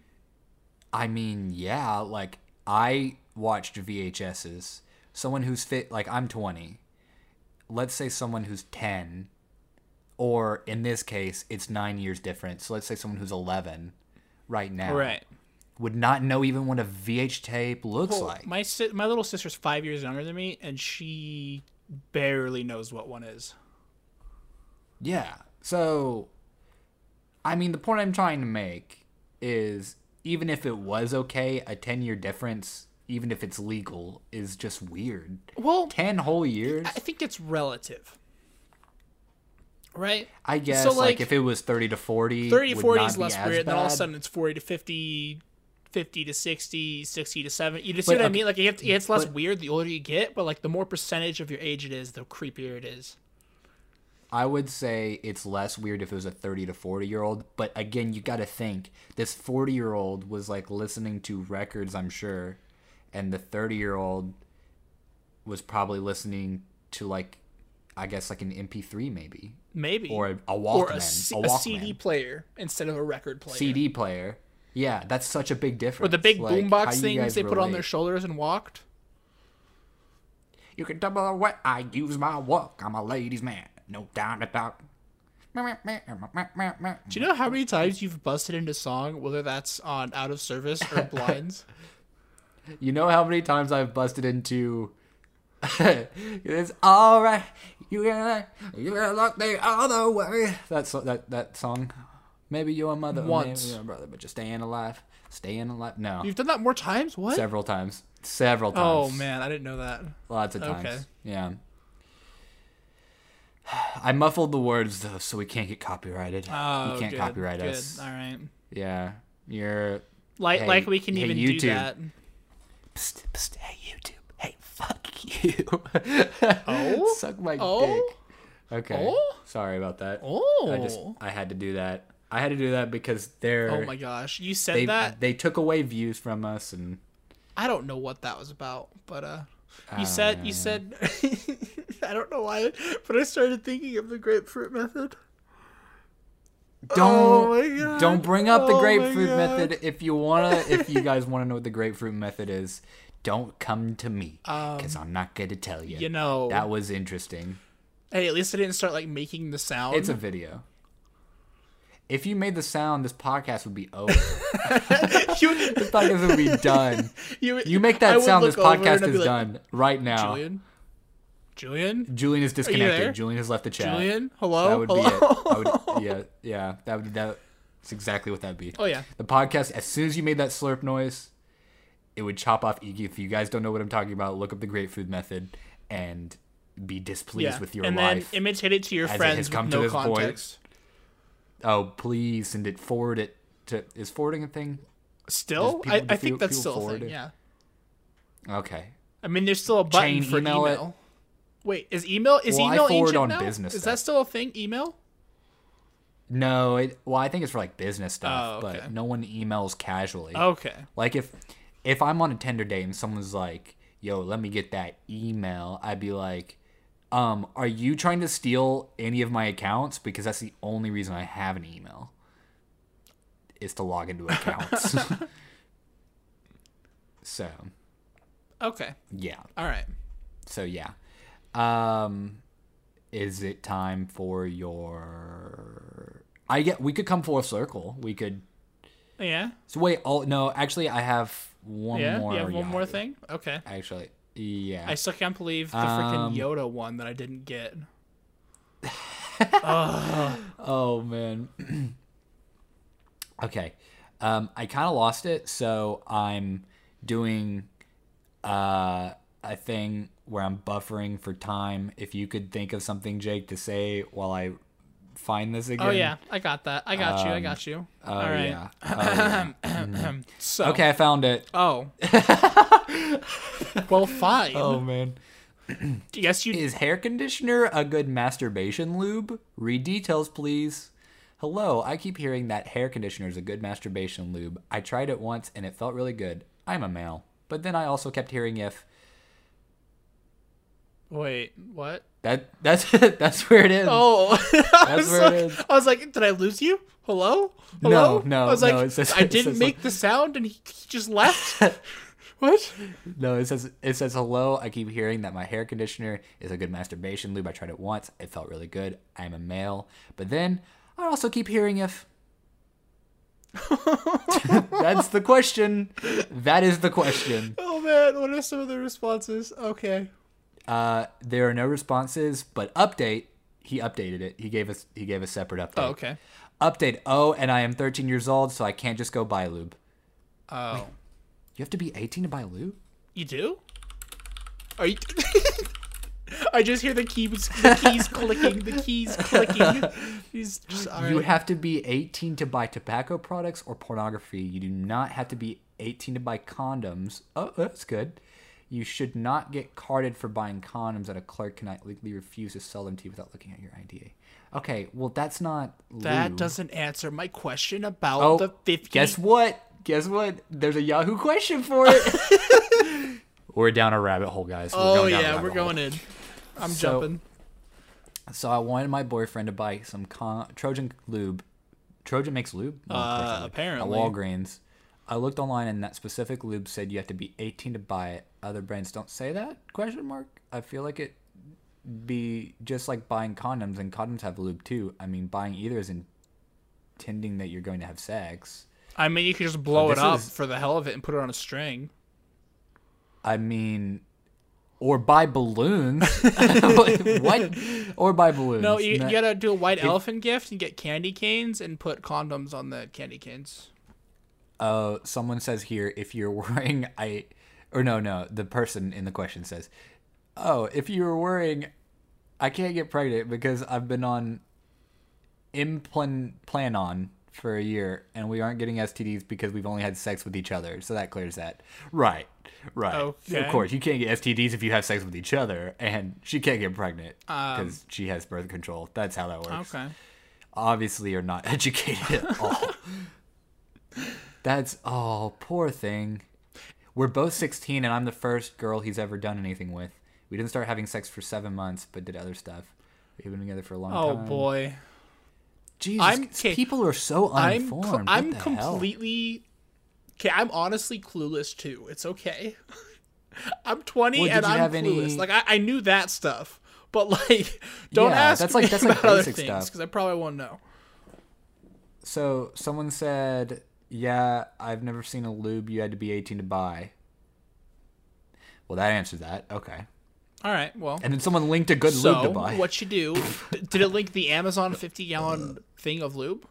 S2: I mean, yeah, like I watched VHSs. Someone who's fit, like I'm 20. Let's say someone who's 10, or in this case, it's nine years difference. So let's say someone who's 11 right now
S3: Right.
S2: would not know even what a VH tape looks
S3: Well,
S2: like.
S3: my si- my little sister's five years younger than me, and she barely knows what one is.
S2: Yeah. So, I mean, the point I'm trying to make is even if it was okay, a 10 year difference, even if it's legal, is just weird.
S3: Well,
S2: 10 whole years?
S3: I think it's relative, right?
S2: I guess
S3: So,
S2: like,
S3: like,
S2: if it was 30 to 40,
S3: 30
S2: would
S3: 40
S2: not
S3: is
S2: be
S3: less
S2: as
S3: weird, and then all of a
S2: bad.
S3: sudden it's 40 to 50, 50 to 60, 60 to 70. You just see what I
S2: okay.
S3: mean? Like, it gets, it gets less
S2: But-
S3: weird the older you get, but like the more percentage of your age it is, the creepier it is.
S2: I would say it's less weird if it was a 30 to 40 year old, but again, you got to think this 40 year old was like listening to records, I'm sure, and the 30 year old was probably listening to like, I guess, like an MP3 maybe,
S3: Maybe.
S2: or a, a Walkman,
S3: Or a
S2: a,
S3: C- a
S2: Walkman,
S3: CD player instead of a record player.
S2: CD player. Yeah, that's such a big difference.
S3: Or the big
S2: Like, how
S3: boombox
S2: you
S3: things
S2: guys
S3: they put on their
S2: relate.
S3: shoulders and walked.
S2: You can double the what I use my walk. I'm a ladies' man. No down to talk.
S3: Do you know how many times you've busted into song, whether that's on out of service
S2: [laughs]
S3: or blinds?
S2: You know how many times I've busted into [laughs] it's all right. You gotta, you gotta look the other way. That so, that that song. Maybe you're a mother,
S3: Once.
S2: maybe you're a brother, but you're staying alive, staying alive. No,
S3: You've done that more times? What?
S2: several times, several times.
S3: Oh man, I didn't know that.
S2: lots of times.
S3: Okay.
S2: Yeah. [sighs] I muffled the words though, so we can't get copyrighted.
S3: Oh,
S2: you can't
S3: good,
S2: copyright
S3: good.
S2: us.
S3: All right.
S2: Yeah, you're.
S3: Like
S2: Hey-
S3: like we can
S2: hey,
S3: even do
S2: YouTube.
S3: that.
S2: Psst, psst, hey YouTube, hey [laughs] fuck you.
S3: Oh?
S2: suck my
S3: Oh?
S2: dick. Okay.
S3: Oh?
S2: Sorry about that.
S3: Oh.
S2: I just I had to do that. I had to do that because they're
S3: oh my gosh, you said
S2: they
S3: that.
S2: they took away views from us and
S3: I don't know what that was about, but uh you said
S2: Ah.
S3: you said [laughs] I don't know why, but I started thinking of the grapefruit method.
S2: don't
S3: Oh my God.
S2: don't bring up the
S3: Oh my
S2: grapefruit
S3: God.
S2: method if you wanna if you guys wanna know what the grapefruit method is. Don't come to me because I'm not gonna tell you.
S3: Um, You know.
S2: that was interesting.
S3: Hey, at least I didn't start like making the sound.
S2: It's a video. If you made the sound, this podcast would be over.
S3: [laughs] you,
S2: this podcast would
S3: [laughs]
S2: be done.
S3: you,
S2: You make
S3: I
S2: that
S3: would
S2: sound,
S3: look
S2: this
S3: over and I'd
S2: podcast
S3: be
S2: is
S3: like,
S2: done right now. Julian,
S3: Julian, Julian,
S2: is
S3: there?
S2: disconnected. Julian has left the chat.
S3: Julian, hello,
S2: That would be it.
S3: hello.
S2: I would, yeah, yeah. That would that's exactly what that'd be.
S3: [laughs] Oh, yeah.
S2: The podcast, as soon as you made that slurp noise, it would chop off Iggy. If you guys don't know what I'm talking about, look up the great food method and be displeased
S3: yeah.
S2: with your
S3: and
S2: life.
S3: then imitate it to your
S2: as it
S3: friends
S2: has come
S3: with
S2: to
S3: no
S2: this point.
S3: context.
S2: oh, please send it forward it to is forwarding a thing?
S3: Still,
S2: Does people-
S3: I, I
S2: do
S3: think
S2: fe-
S3: that's
S2: people
S3: still a
S2: forward
S3: thing.
S2: it?
S3: Yeah.
S2: Okay.
S3: I mean, there's still a button
S2: Chain
S3: for email.
S2: email it.
S3: Wait, is email is
S2: Well, I
S3: email
S2: forward
S3: ancient
S2: on
S3: now?
S2: business
S3: is
S2: stuff.
S3: that still a thing? Email?
S2: No, it well, I think it's for like business stuff,
S3: Oh, okay. Oh,
S2: but no one emails casually.
S3: Okay.
S2: Like if if I'm on a Tinder date and someone's like, "Yo, let me get that email," I'd be like, "Um, are you trying to steal any of my accounts? Because that's the only reason I have an email is to log into
S3: [laughs]
S2: accounts." so
S3: Okay.
S2: yeah,
S3: All right.
S2: so yeah, um, is it time for your? I get we could come full circle. We could.
S3: Yeah.
S2: So wait, oh no, actually, I have one
S3: yeah.
S2: more.
S3: you have one more
S2: Yahoo.
S3: thing. Okay.
S2: actually. Yeah.
S3: I still can't believe the
S2: Um,
S3: freaking Yoda one that I didn't get.
S2: oh man. [clears throat] okay. Um, I kind of lost it, so I'm doing uh, a thing where I'm buffering for time. If you could think of something, Jake, to say while I find this again.
S3: Oh yeah, I got that. I got you. I got you.
S2: Oh,
S3: All right.
S2: yeah.
S3: [clears throat]
S2: Oh, yeah. Mm.
S3: So
S2: okay, I found it. [laughs]
S3: Oh. well, fine.
S2: Oh man.
S3: Yes, you.
S2: Is hair conditioner a good masturbation lube? Read details, please. Hello, I keep hearing that hair conditioner is a good masturbation lube. I tried it once and it felt really good. I'm a male. But then I also kept hearing if
S3: Wait, what?
S2: that that's [laughs] that's where it is.
S3: Oh, [laughs] I,
S2: That's
S3: was
S2: where
S3: like,
S2: it is.
S3: I was like, did I lose you? Hello?
S2: No,
S3: Hello?
S2: no,
S3: I was like,
S2: no, it says- [laughs]
S3: I
S2: it
S3: didn't
S2: says-
S3: make the sound, and he, he
S2: [laughs]
S3: just left. what?
S2: No, it says it says hello. I keep hearing that my hair conditioner is a good masturbation lube. I tried it once. It felt really good. I'm a male. But then I also keep hearing if [laughs] That's the question. That is the question.
S3: Oh man, what are some of the responses? Okay.
S2: Uh, there are no responses, but update. He updated it. He gave us he gave a separate update.
S3: Oh, okay.
S2: Update. Oh, and I am 13 years old, so I can't just go buy lube.
S3: Oh,
S2: You have to be 18 to buy lube.
S3: you do? Are you? [laughs] I just hear the keys, the
S2: [laughs]
S3: keys clicking, the keys clicking. He's just all
S2: You
S3: right.
S2: have to be 18 to buy tobacco products or pornography. You do not have to be 18 to buy condoms. Oh, that's good. You should not get carded for buying condoms that a clerk cannot legally refuse to sell them to you without looking at your IDA. Okay, well that's not
S3: That
S2: lewd.
S3: doesn't answer my question about
S2: Oh,
S3: the 50.
S2: Guess what? Guess what? There's a Yahoo question for it.
S3: [laughs]
S2: we're down a rabbit hole, guys. We're
S3: oh,
S2: down a
S3: yeah,
S2: rabbit
S3: we're
S2: hole.
S3: going in. I'm
S2: So-
S3: jumping.
S2: So I wanted my boyfriend to buy some con- Trojan lube. Trojan makes lube. No, of course
S3: Uh,
S2: not lube. at
S3: apparently.
S2: Walgreens. I looked online, and that specific lube said you have to be 18 to buy it. Other brands don't say that? Question mark. I feel like it be just like buying condoms, and condoms have lube too. I mean, buying either is intending that you're going to have sex.
S3: I mean, you could just blow
S2: Oh,
S3: it
S2: this
S3: up
S2: is-
S3: for the hell of it and put it on a string.
S2: I mean, or buy balloons. [laughs] what? Or buy balloons.
S3: No, you,
S2: Not-
S3: you gotta do a white elephant gift and get candy canes and put condoms on the candy canes.
S2: uh, someone says here if you're [laughs] wearing I or no no the person in the question says oh if you were wearing I can't get pregnant because I've been on implan planon for a year and we aren't getting STDs because we've only had sex with each other so that clears that right right
S3: Okay.
S2: of course you can't get STDs if you have sex with each other and she can't get pregnant because she has birth control that's how that works
S3: Um, Okay.
S2: obviously are not [laughs] educated
S3: [laughs]
S2: at all. That's oh, poor thing. We're both 16, and I'm the first girl he's ever done anything with. We didn't start having sex for seven months, but did other stuff. We've been together for a long
S3: Oh
S2: time.
S3: boy.
S2: Jesus,
S3: I'm-
S2: these
S3: 'kay.
S2: people are so
S3: I'm cl-
S2: uninformed. What
S3: I'm
S2: the hell?
S3: completely. Okay, I'm honestly clueless too. It's okay. [laughs] I'm 20
S2: Well, did
S3: and
S2: you
S3: I'm
S2: have
S3: clueless.
S2: any-
S3: Like I, I knew that stuff, but like, [laughs] don't
S2: Yeah,
S3: ask
S2: that's
S3: me
S2: like- that's like
S3: about other
S2: basic
S3: things
S2: stuff.
S3: because I probably won't know.
S2: So someone said, "Yeah, I've never seen a lube you had to be 18 to buy." Well, that answers that. Okay.
S3: All right. Well.
S2: And then someone linked a good lube to
S3: so
S2: buy.
S3: what you do? d- Did it link the Amazon 50 gallon thing of lube?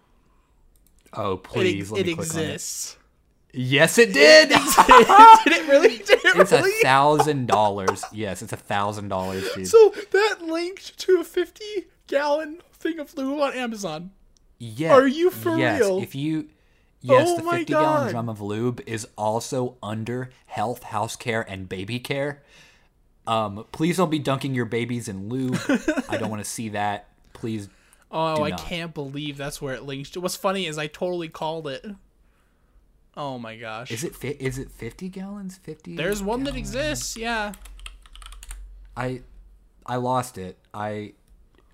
S2: Oh,
S3: It,
S2: please,
S3: ex-
S2: let
S3: it
S2: me click on it.
S3: exists. [laughs]
S2: Yes, it did. [laughs]
S3: did it really? Did it
S2: It's a
S3: really?
S2: thousand dollars. Yes, it's a thousand dollars, dude.
S3: So that linked to a 50 gallon thing of lube on Amazon.
S2: yeah,
S3: are you for
S2: yes,
S3: real?
S2: If you, yes,
S3: Oh
S2: the
S3: my
S2: fifty gallon
S3: God.
S2: drum of lube is also under health, house care, and baby care. Um, please don't be dunking your babies in lube. I don't
S3: [laughs]
S2: want to see that. Please.
S3: Oh, I
S2: not.
S3: can't believe that's where it links to. What's funny is I totally called it. Oh my gosh.
S2: Is it fi- is it fifty gallons? Fifty.
S3: There's one that exists, yeah.
S2: I, I lost it. I.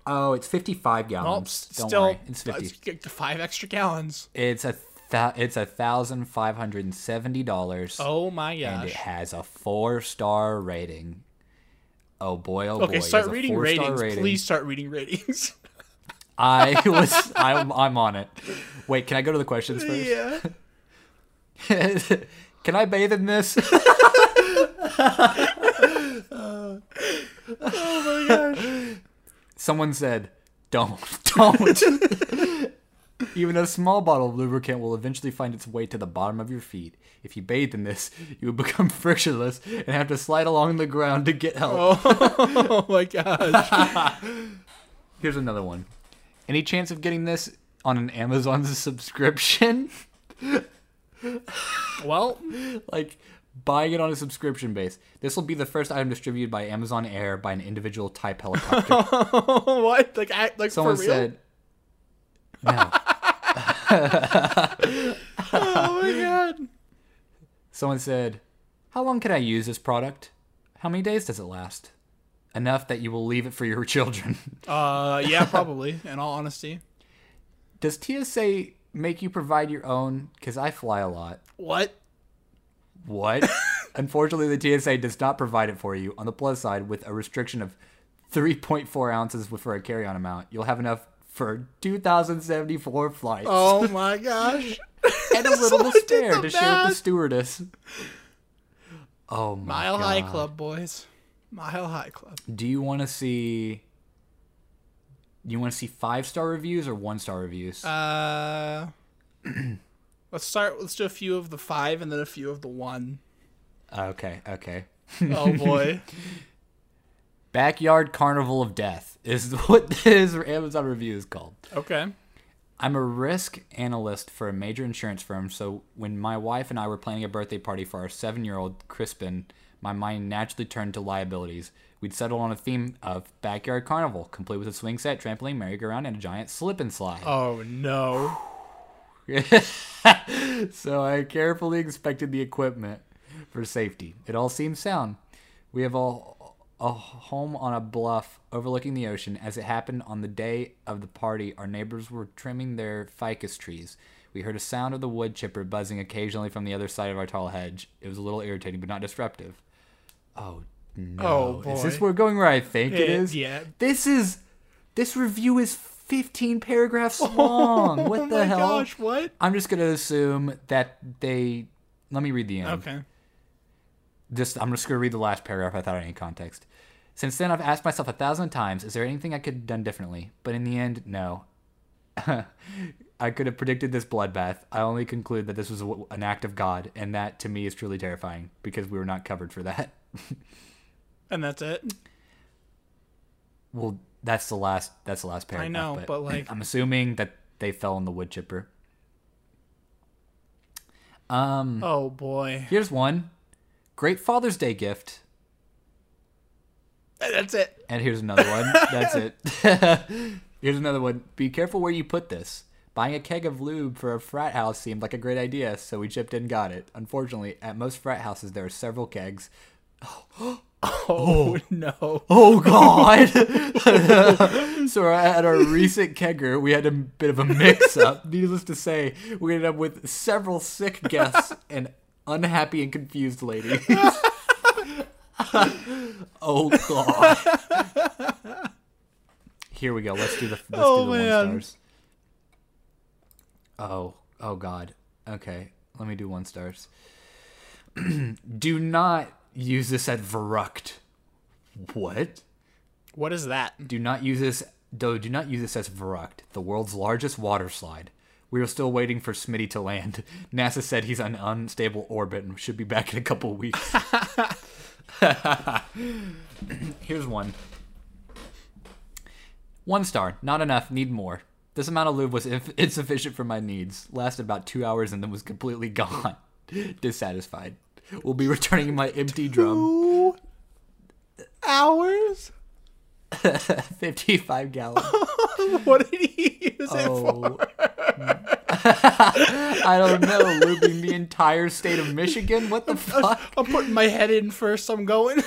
S2: Oh, it's fifty-five
S3: Oh,
S2: gallons.
S3: s-
S2: don't
S3: still,
S2: worry, it's fifty.
S3: that's g- five extra gallons.
S2: It's a th- it's a thousand five hundred and seventy dollars.
S3: Oh my
S2: and it
S3: gosh.
S2: has a four star rating. Oh boy, oh boy.
S3: Okay,
S2: it
S3: start
S2: has a
S3: reading
S2: four-star
S3: ratings.
S2: rating.
S3: Please start reading ratings. [laughs]
S2: I was I'm I'm on it. Wait, can I go to the questions [laughs] first?
S3: yeah.
S2: can I bathe in
S3: [laughs]
S2: this?
S3: Oh my gosh.
S2: Someone said, "Don't, don't." [laughs] Even a small bottle of lubricant will eventually find its way to the bottom of your feet. If you bathed in this, you would become [laughs] frictionless and have to slide along the ground to get help.
S3: Oh my gosh.
S2: [laughs] Here's another one. Any chance of getting this on an Amazon [laughs] subscription?
S3: Well, [laughs]
S2: like buying it on a subscription base. This will be the first item distributed by Amazon Air by an individual type
S3: [laughs]
S2: helicopter.
S3: what? Like, I, like
S2: Someone
S3: for real?
S2: said, "No."
S3: oh my god.
S2: Someone said, "How long can I use this product? How many days does it last? Enough that you will leave it for your [laughs] children."
S3: Uh, yeah, probably. In all honesty,
S2: Does TSA make you provide your own? Because I fly a lot.
S3: what? [laughs]
S2: What? Unfortunately, the TSA does not provide it for you. On the plus side, with a restriction of 3.4 ounces for a carry-on amount, you'll have enough for 2,074 flights
S3: Oh my gosh.
S2: and
S3: [laughs]
S2: a little
S3: I
S2: to
S3: did
S2: spare
S3: the
S2: to share with the
S3: math.
S2: stewardess. Oh my
S3: Mile
S2: God.
S3: High Club, boys. Mile High Club.
S2: Do you want to see? You want to see five-star reviews or one-star reviews?
S3: Uh, [clears throat] let's start. Let's do a few of the five and then a few of the one.
S2: okay, okay.
S3: [laughs] Oh boy.
S2: [laughs] Backyard Carnival of Death is what this Amazon review is called.
S3: okay.
S2: I'm a risk analyst for a major insurance firm, so when my wife and I were planning a birthday party for our seven year old Crispin, my mind naturally turned to liabilities. We'd settled on a theme of backyard carnival, complete with a swing set, trampoline, merry-go-round, and a giant slip and slide.
S3: Oh no.
S2: [laughs] so I carefully inspected the equipment for safety. It all seemed sound. We have a, a home on a bluff overlooking the ocean. As it happened on the day of the party, our neighbors were trimming their ficus trees. We heard a sound of the wood chipper buzzing occasionally from the other side of our tall hedge. It was a little irritating, but not disruptive. Oh no!
S3: Oh,
S2: Is this
S3: boy.
S2: where we're going? Where I think it
S3: Eh,
S2: is?
S3: yeah.
S2: This is. This review is 15
S3: [laughs]
S2: paragraphs long. What
S3: oh
S2: the
S3: my
S2: hell?
S3: gosh, what?
S2: I'm just gonna assume that they. Let me read the end.
S3: Okay.
S2: Just I'm just gonna read the last paragraph without any context. Since then, I've asked myself a thousand times, is there anything I could have done differently? But in the end, no. [laughs] I could have predicted this bloodbath. I only conclude that this was a- an act of God, and that to me is truly terrifying because we were not covered for that. [laughs]
S3: And that's it.
S2: Well, that's the last. That's the last paragraph.
S3: know, but,
S2: [laughs]
S3: like-
S2: I'm assuming that they fell in the wood chipper. Hmm.
S3: Oh boy.
S2: Here's one. Great Father's Day gift.
S3: That's it.
S2: And here's another one. That's it. [laughs] here's another one. Be careful where you put this. Buying a keg of lube for a frat house seemed like a great idea, so we chipped in and got it. Unfortunately, at most frat houses, there are several kegs.
S3: Oh, no.
S2: Oh, God! [laughs] so uh, at our recent kegger, we had a bit of a mix up. Needless to say, we ended up with several sick guests and unhappy and confused ladies. oh, God. Here we go. Let's do the, let's
S3: Oh,
S2: do the
S3: man.
S2: one stars. Oh, oh, God. Okay, let me do one stars. [clears throat] do not use this at Veruct. What?
S3: What is that?
S2: Do not use this. Though do not use this as Veruct, the world's largest water slide. We are still waiting for Smitty to land. [laughs] NASA said he's on unstable orbit and should be back in a couple weeks. [laughs] Here's one. One star. Not enough. Need more. This amount of lube was inf- [laughs] insufficient for my needs. Lasted about two hours and then was completely [laughs] gone. Dissatisfied. Will be returning my empty drum. [laughs]
S3: Two hours? [laughs]
S2: 55 gallon.
S3: What did he use it
S2: Oh.
S3: for?
S2: I don't know. Looping the entire state of Michigan? What the fuck?
S3: I'm putting my head in first. I'm
S2: [laughs]
S3: going.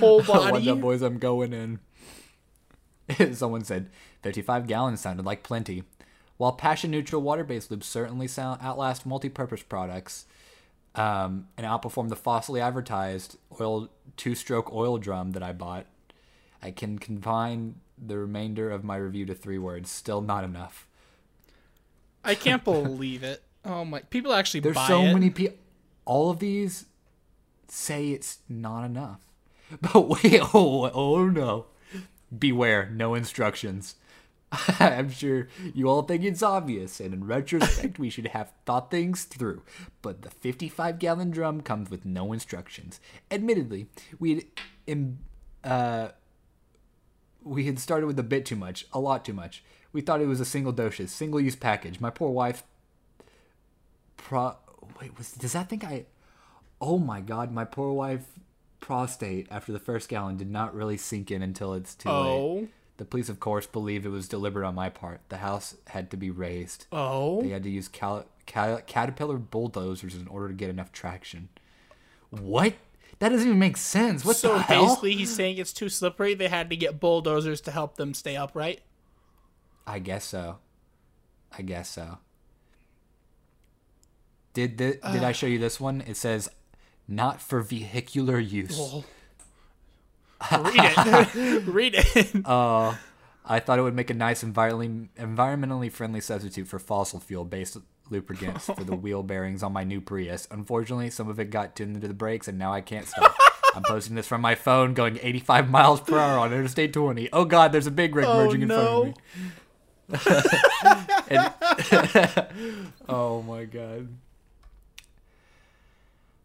S3: Whole
S2: What
S3: body.
S2: up, Oh, boys? I'm going in. [laughs] Someone said 55 gallons sounded like plenty. While passion neutral water based lubes certainly sound outlast multi purpose products um, and outperform the falsely advertised oil two stroke oil drum that I bought, I can confine the remainder of my review to three words. Still not enough.
S3: I can't believe it. Oh my! People actually
S2: There's
S3: buy
S2: so
S3: it.
S2: many people. All of these say it's not enough. [laughs] But wait, [laughs] oh, oh no. Beware, no instructions. [laughs] I'm sure you all think it's obvious, and in retrospect, we should have thought things through. But the 55 gallon drum comes with no instructions. Admittedly, we had, em- uh, we had started with a bit too much, a lot too much. We thought it was a single dosage, single use package. My poor wife pro wait was does that think i oh my god my poor wife prostate after the first gallon did not really sink in until it's too late
S3: Oh,
S2: the police of course believe it was deliberate on my part the house had to be raised they
S3: oh!
S2: had to use cal- cal- caterpillar bulldozers in order to get enough traction what that doesn't even make sense what
S3: So
S2: the hell
S3: basically, he's saying it's too slippery. They had to get bulldozers to help them
S2: [laughs]
S3: stay upright.
S2: i guess so i guess so did the, did i show you this one it says not for vehicular use
S3: Well, read it. [laughs] read it.
S2: I thought it would make a nice environmentally environmentally friendly substitute for fossil fuel based lubricants for
S3: [laughs]
S2: the wheel bearings on my new Prius. Unfortunately, some of it got tuned into the brakes and now I can't
S3: [laughs]
S2: stop. I'm posting this from my phone going 85 miles per hour on Interstate 20. Oh god, there's a big rig merging in front of me. [laughs] And- [laughs] oh my god.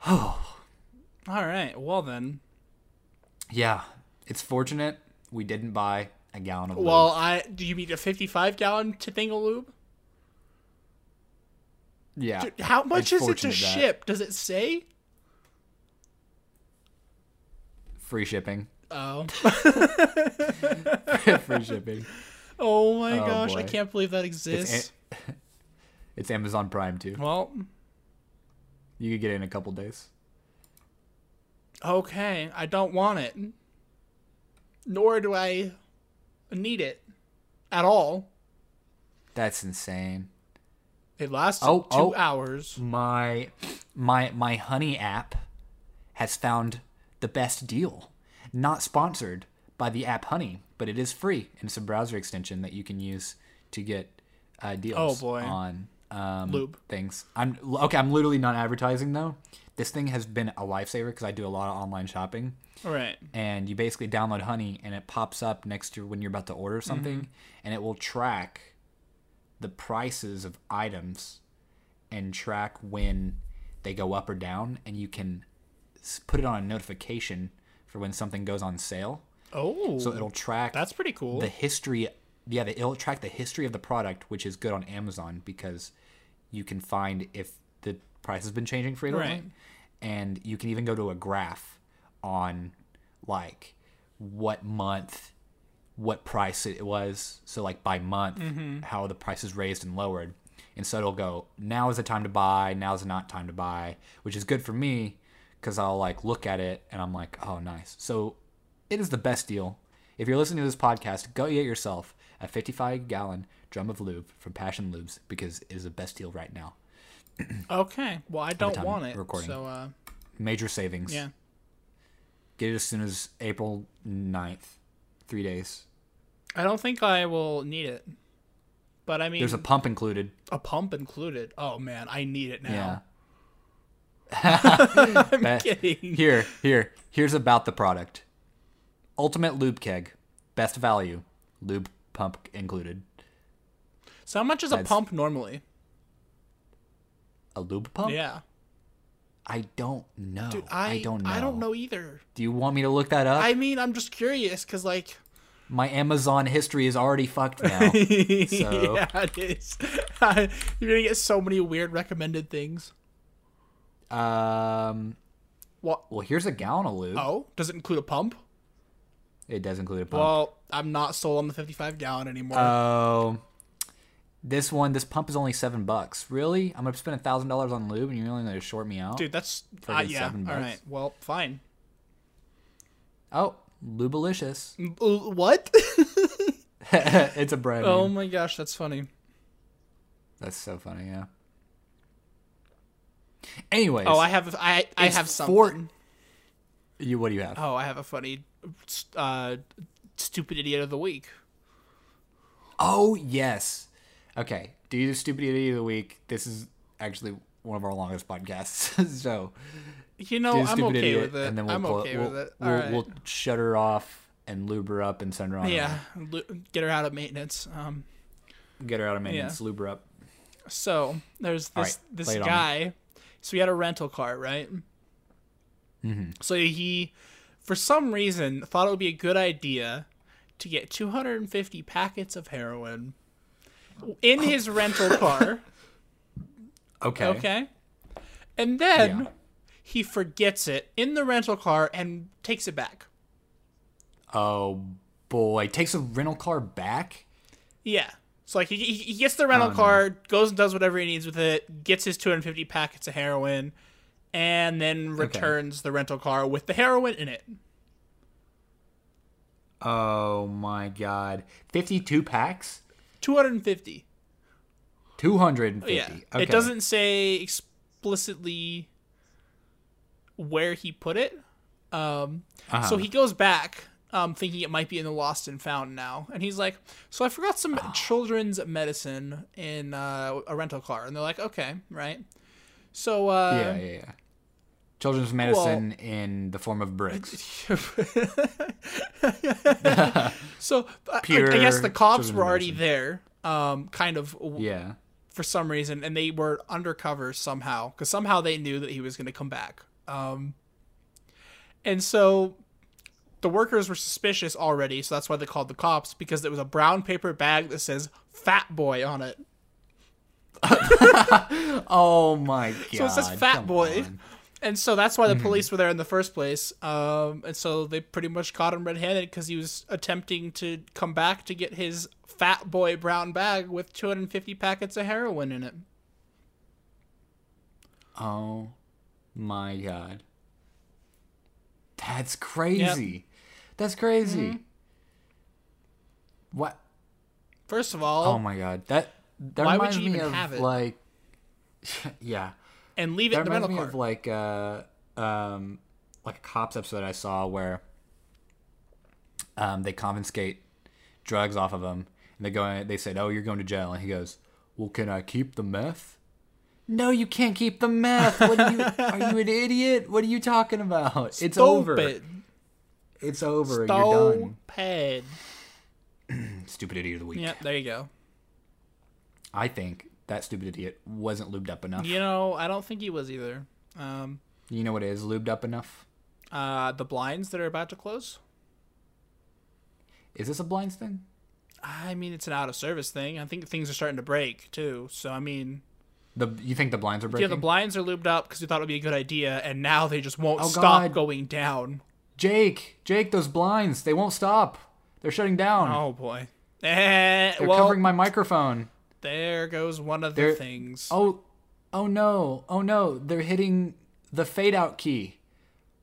S3: All right. Well then.
S2: Yeah, it's fortunate we didn't buy a gallon of lube.
S3: Well, I do you mean a 55 gallon Thingaloo? lube?
S2: yeah.
S3: Dude, How much is it to
S2: fortunate that-
S3: ship? Does it say?
S2: Free shipping. [laughs]
S3: Oh, [laughs]
S2: Free shipping.
S3: oh my
S2: Oh,
S3: gosh! I
S2: boy.
S3: can't believe that
S2: It's,
S3: exists.
S2: a- it's Amazon Prime too.
S3: well,
S2: You could get it in a couple days.
S3: okay. I don't want it, nor do I need it at all.
S2: That's insane.
S3: It lasts two
S2: Oh, oh.
S3: hours.
S2: My my my honey app has found the best deal. Not sponsored by the app Honey, but it is free and it's a browser extension that you can use to get uh, deals
S3: Oh, boy.
S2: on um,
S3: Lube.
S2: things. I'm okay. I'm literally not advertising though. This thing has been a lifesaver because I do a lot of online shopping.
S3: All right.
S2: and you basically download honey and it pops up next to when you're about to order something and it will track the prices of items and track when they go up or down and you can s- put it on a notification for when something goes on sale
S3: Oh,
S2: so it'll track
S3: that's pretty cool.
S2: the history yeah the, it'll track the history of the product which is good on amazon because you can find if the price has been changing for a little
S3: Right.
S2: bit. and you can even go to a graph on like what month what price it was so like by month
S3: Mm-hmm.
S2: how the price is raised and lowered and so it'll go now is the time to buy now is not time to buy which is good for me because i'll like look at it and i'm like oh nice so it is the best deal if you're listening to this podcast go get yourself a 55 gallon drum of lube from passion lubes because it is the best deal right now
S3: okay. Well, I don't
S2: time
S3: want it.
S2: recording.
S3: So, uh,
S2: major savings
S3: yeah.
S2: get it as soon as april 9th three days
S3: I don't think I will need it. But I mean,
S2: there's a pump included
S3: a pump included. Oh man, I need it
S2: yeah [laughs]
S3: [laughs] now.
S2: i'm
S3: kidding.
S2: here here here's about the product ultimate lube keg best value lube pump included
S3: So how much is a
S2: That's-
S3: pump normally?
S2: a lube pump
S3: Yeah.
S2: i don't know
S3: Dude, I,
S2: don't know
S3: I don't know either.
S2: do you want me to look that up
S3: I mean, I'm just curious because like,
S2: my amazon history is already fucked
S3: [laughs]
S2: now so
S3: yeah, it is. [laughs] You're gonna get so many weird recommended things.
S2: um
S3: What?
S2: well here's a gallon of lube
S3: Oh, does it include a pump?
S2: it does include a pump
S3: Well, I'm not sold on the 55 gallon anymore.
S2: Oh, this one, this pump is only seven bucks. Really? I'm gonna spend a thousand dollars on lube, and you're only gonna short me out?
S3: Dude, that's uh, yeah. All
S2: $37 bucks.
S3: right. Well, fine.
S2: Oh,
S3: [laughs]
S2: lubalicious. [laughs]
S3: M- uh, What?
S2: Hmm. it's a brand.
S3: oh
S2: name.
S3: my gosh, that's funny.
S2: That's so funny. Yeah. Anyways,
S3: Oh, I have I I
S2: it's
S3: have something.
S2: four- you what do you have?
S3: Oh, I have a funny, uh, stupid idiot of the week.
S2: Oh yes. Okay. Do you the stupid idiot of the week? This is actually one of our longest podcasts. [laughs] so
S3: You know,
S2: do the
S3: Oh, I'm
S2: stupid
S3: okay
S2: idiot,
S3: with it.
S2: and then we'll
S3: I'm
S2: clo-
S3: okay
S2: we'll,
S3: with it.
S2: We'll,
S3: All right.
S2: we'll shut her off and lube her up and send her on. her
S3: yeah, lu- get her out of maintenance. Um,
S2: way. Get her out of maintenance.
S3: Yeah.
S2: Lube her up.
S3: so there's
S2: All
S3: this
S2: right,
S3: this
S2: lay it on me.
S3: guy. So he had a rental car, right? Mm-hmm.
S2: Mm-hmm.
S3: So he, for some reason, thought it would be a good idea to get 250 packets of heroin
S2: Oh.
S3: in
S2: [laughs]
S3: his rental car.
S2: Okay.
S3: Okay. And then
S2: Yeah.
S3: he forgets it in the rental car and takes it back.
S2: Oh boy, takes a rental car back.
S3: Yeah. So like he, he he gets the rental
S2: Oh, no.
S3: car, goes and does whatever he needs with it, gets his 250 packets of heroin, and then returns the rental car with the heroin in it.
S2: Oh my god, fifty-two packs,
S3: 250.
S2: two hundred and fifty.
S3: Yeah.
S2: Okay.
S3: It doesn't say explicitly where he put it. Um,
S2: Uh-huh.
S3: So he goes back, um, thinking it might be in the lost and found now, and he's like, "So I forgot some
S2: Ah.
S3: children's medicine in uh, a rental car," and they're like, "Okay, right." So uh,
S2: Yeah, yeah, yeah. Children's medicine in the form of bricks.
S3: so I- I, I
S2: Pure
S3: guess the cops
S2: children's
S3: were already there, um, kind of w- [laughs]
S2: Yeah.
S3: for some reason, and they were undercover somehow because somehow they knew that he was going to come back. Um, and so The workers were suspicious already, so that's why they called the cops because there was a brown paper bag that says "Fat Boy" on it.
S2: Oh my god.
S3: So it says "Fat
S2: come
S3: Boy,"
S2: on.
S3: and so that's why the
S2: Mm-hmm.
S3: police were there in the first place. Um, and so they pretty much caught him red-handed because he was attempting to come back to get his "Fat Boy" brown bag with 250 packets of heroin in it.
S2: Oh my god. That's crazy. That's crazy.
S3: Mm-hmm.
S2: What?
S3: First of all,
S2: Oh my god. That that
S3: Why would
S2: reminds
S3: you
S2: me
S3: even
S2: of
S3: have it?
S2: like [laughs] yeah.
S3: and leave it
S2: That
S3: in the
S2: reminds
S3: rental
S2: me
S3: car.
S2: of like uh um like a cops episode I saw where um they confiscate drugs off of him and they go they said, "Oh, you're going to jail." And he goes, "Well, can I keep the meth?" No, you can't keep the meth. What [laughs] are you are you an idiot? What are you talking about? It's over.
S3: Stupid.
S2: It's over. You're done.
S3: Stupid.
S2: Stupid idiot of the week.
S3: Yep, there you go.
S2: I think that stupid idiot wasn't lubed up enough.
S3: You know, I don't think he was either. Um,
S2: You know what is lubed up enough?
S3: uh, the blinds that are about to close.
S2: Is this a blinds thing?
S3: I mean, it's an out of service thing. I think things are starting to break too. So I mean,
S2: The you think the blinds are breaking?
S3: yeah, the blinds are lubed up because we thought it would be a good idea, and now they just won't
S2: Oh,
S3: stop
S2: God.
S3: going down.
S2: Jake, Jake, those blinds, they won't stop. They're shutting down.
S3: Oh boy. Eh,
S2: They're
S3: well,
S2: covering my microphone.
S3: there goes one of the
S2: They're-
S3: things.
S2: Oh, oh no, oh no, they're hitting the fade out key.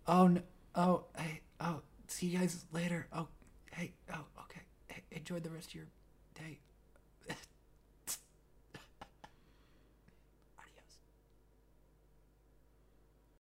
S2: Oh, no, oh, hey, oh, see you guys later. Oh, hey, oh, okay. Hey, enjoy the rest of your day.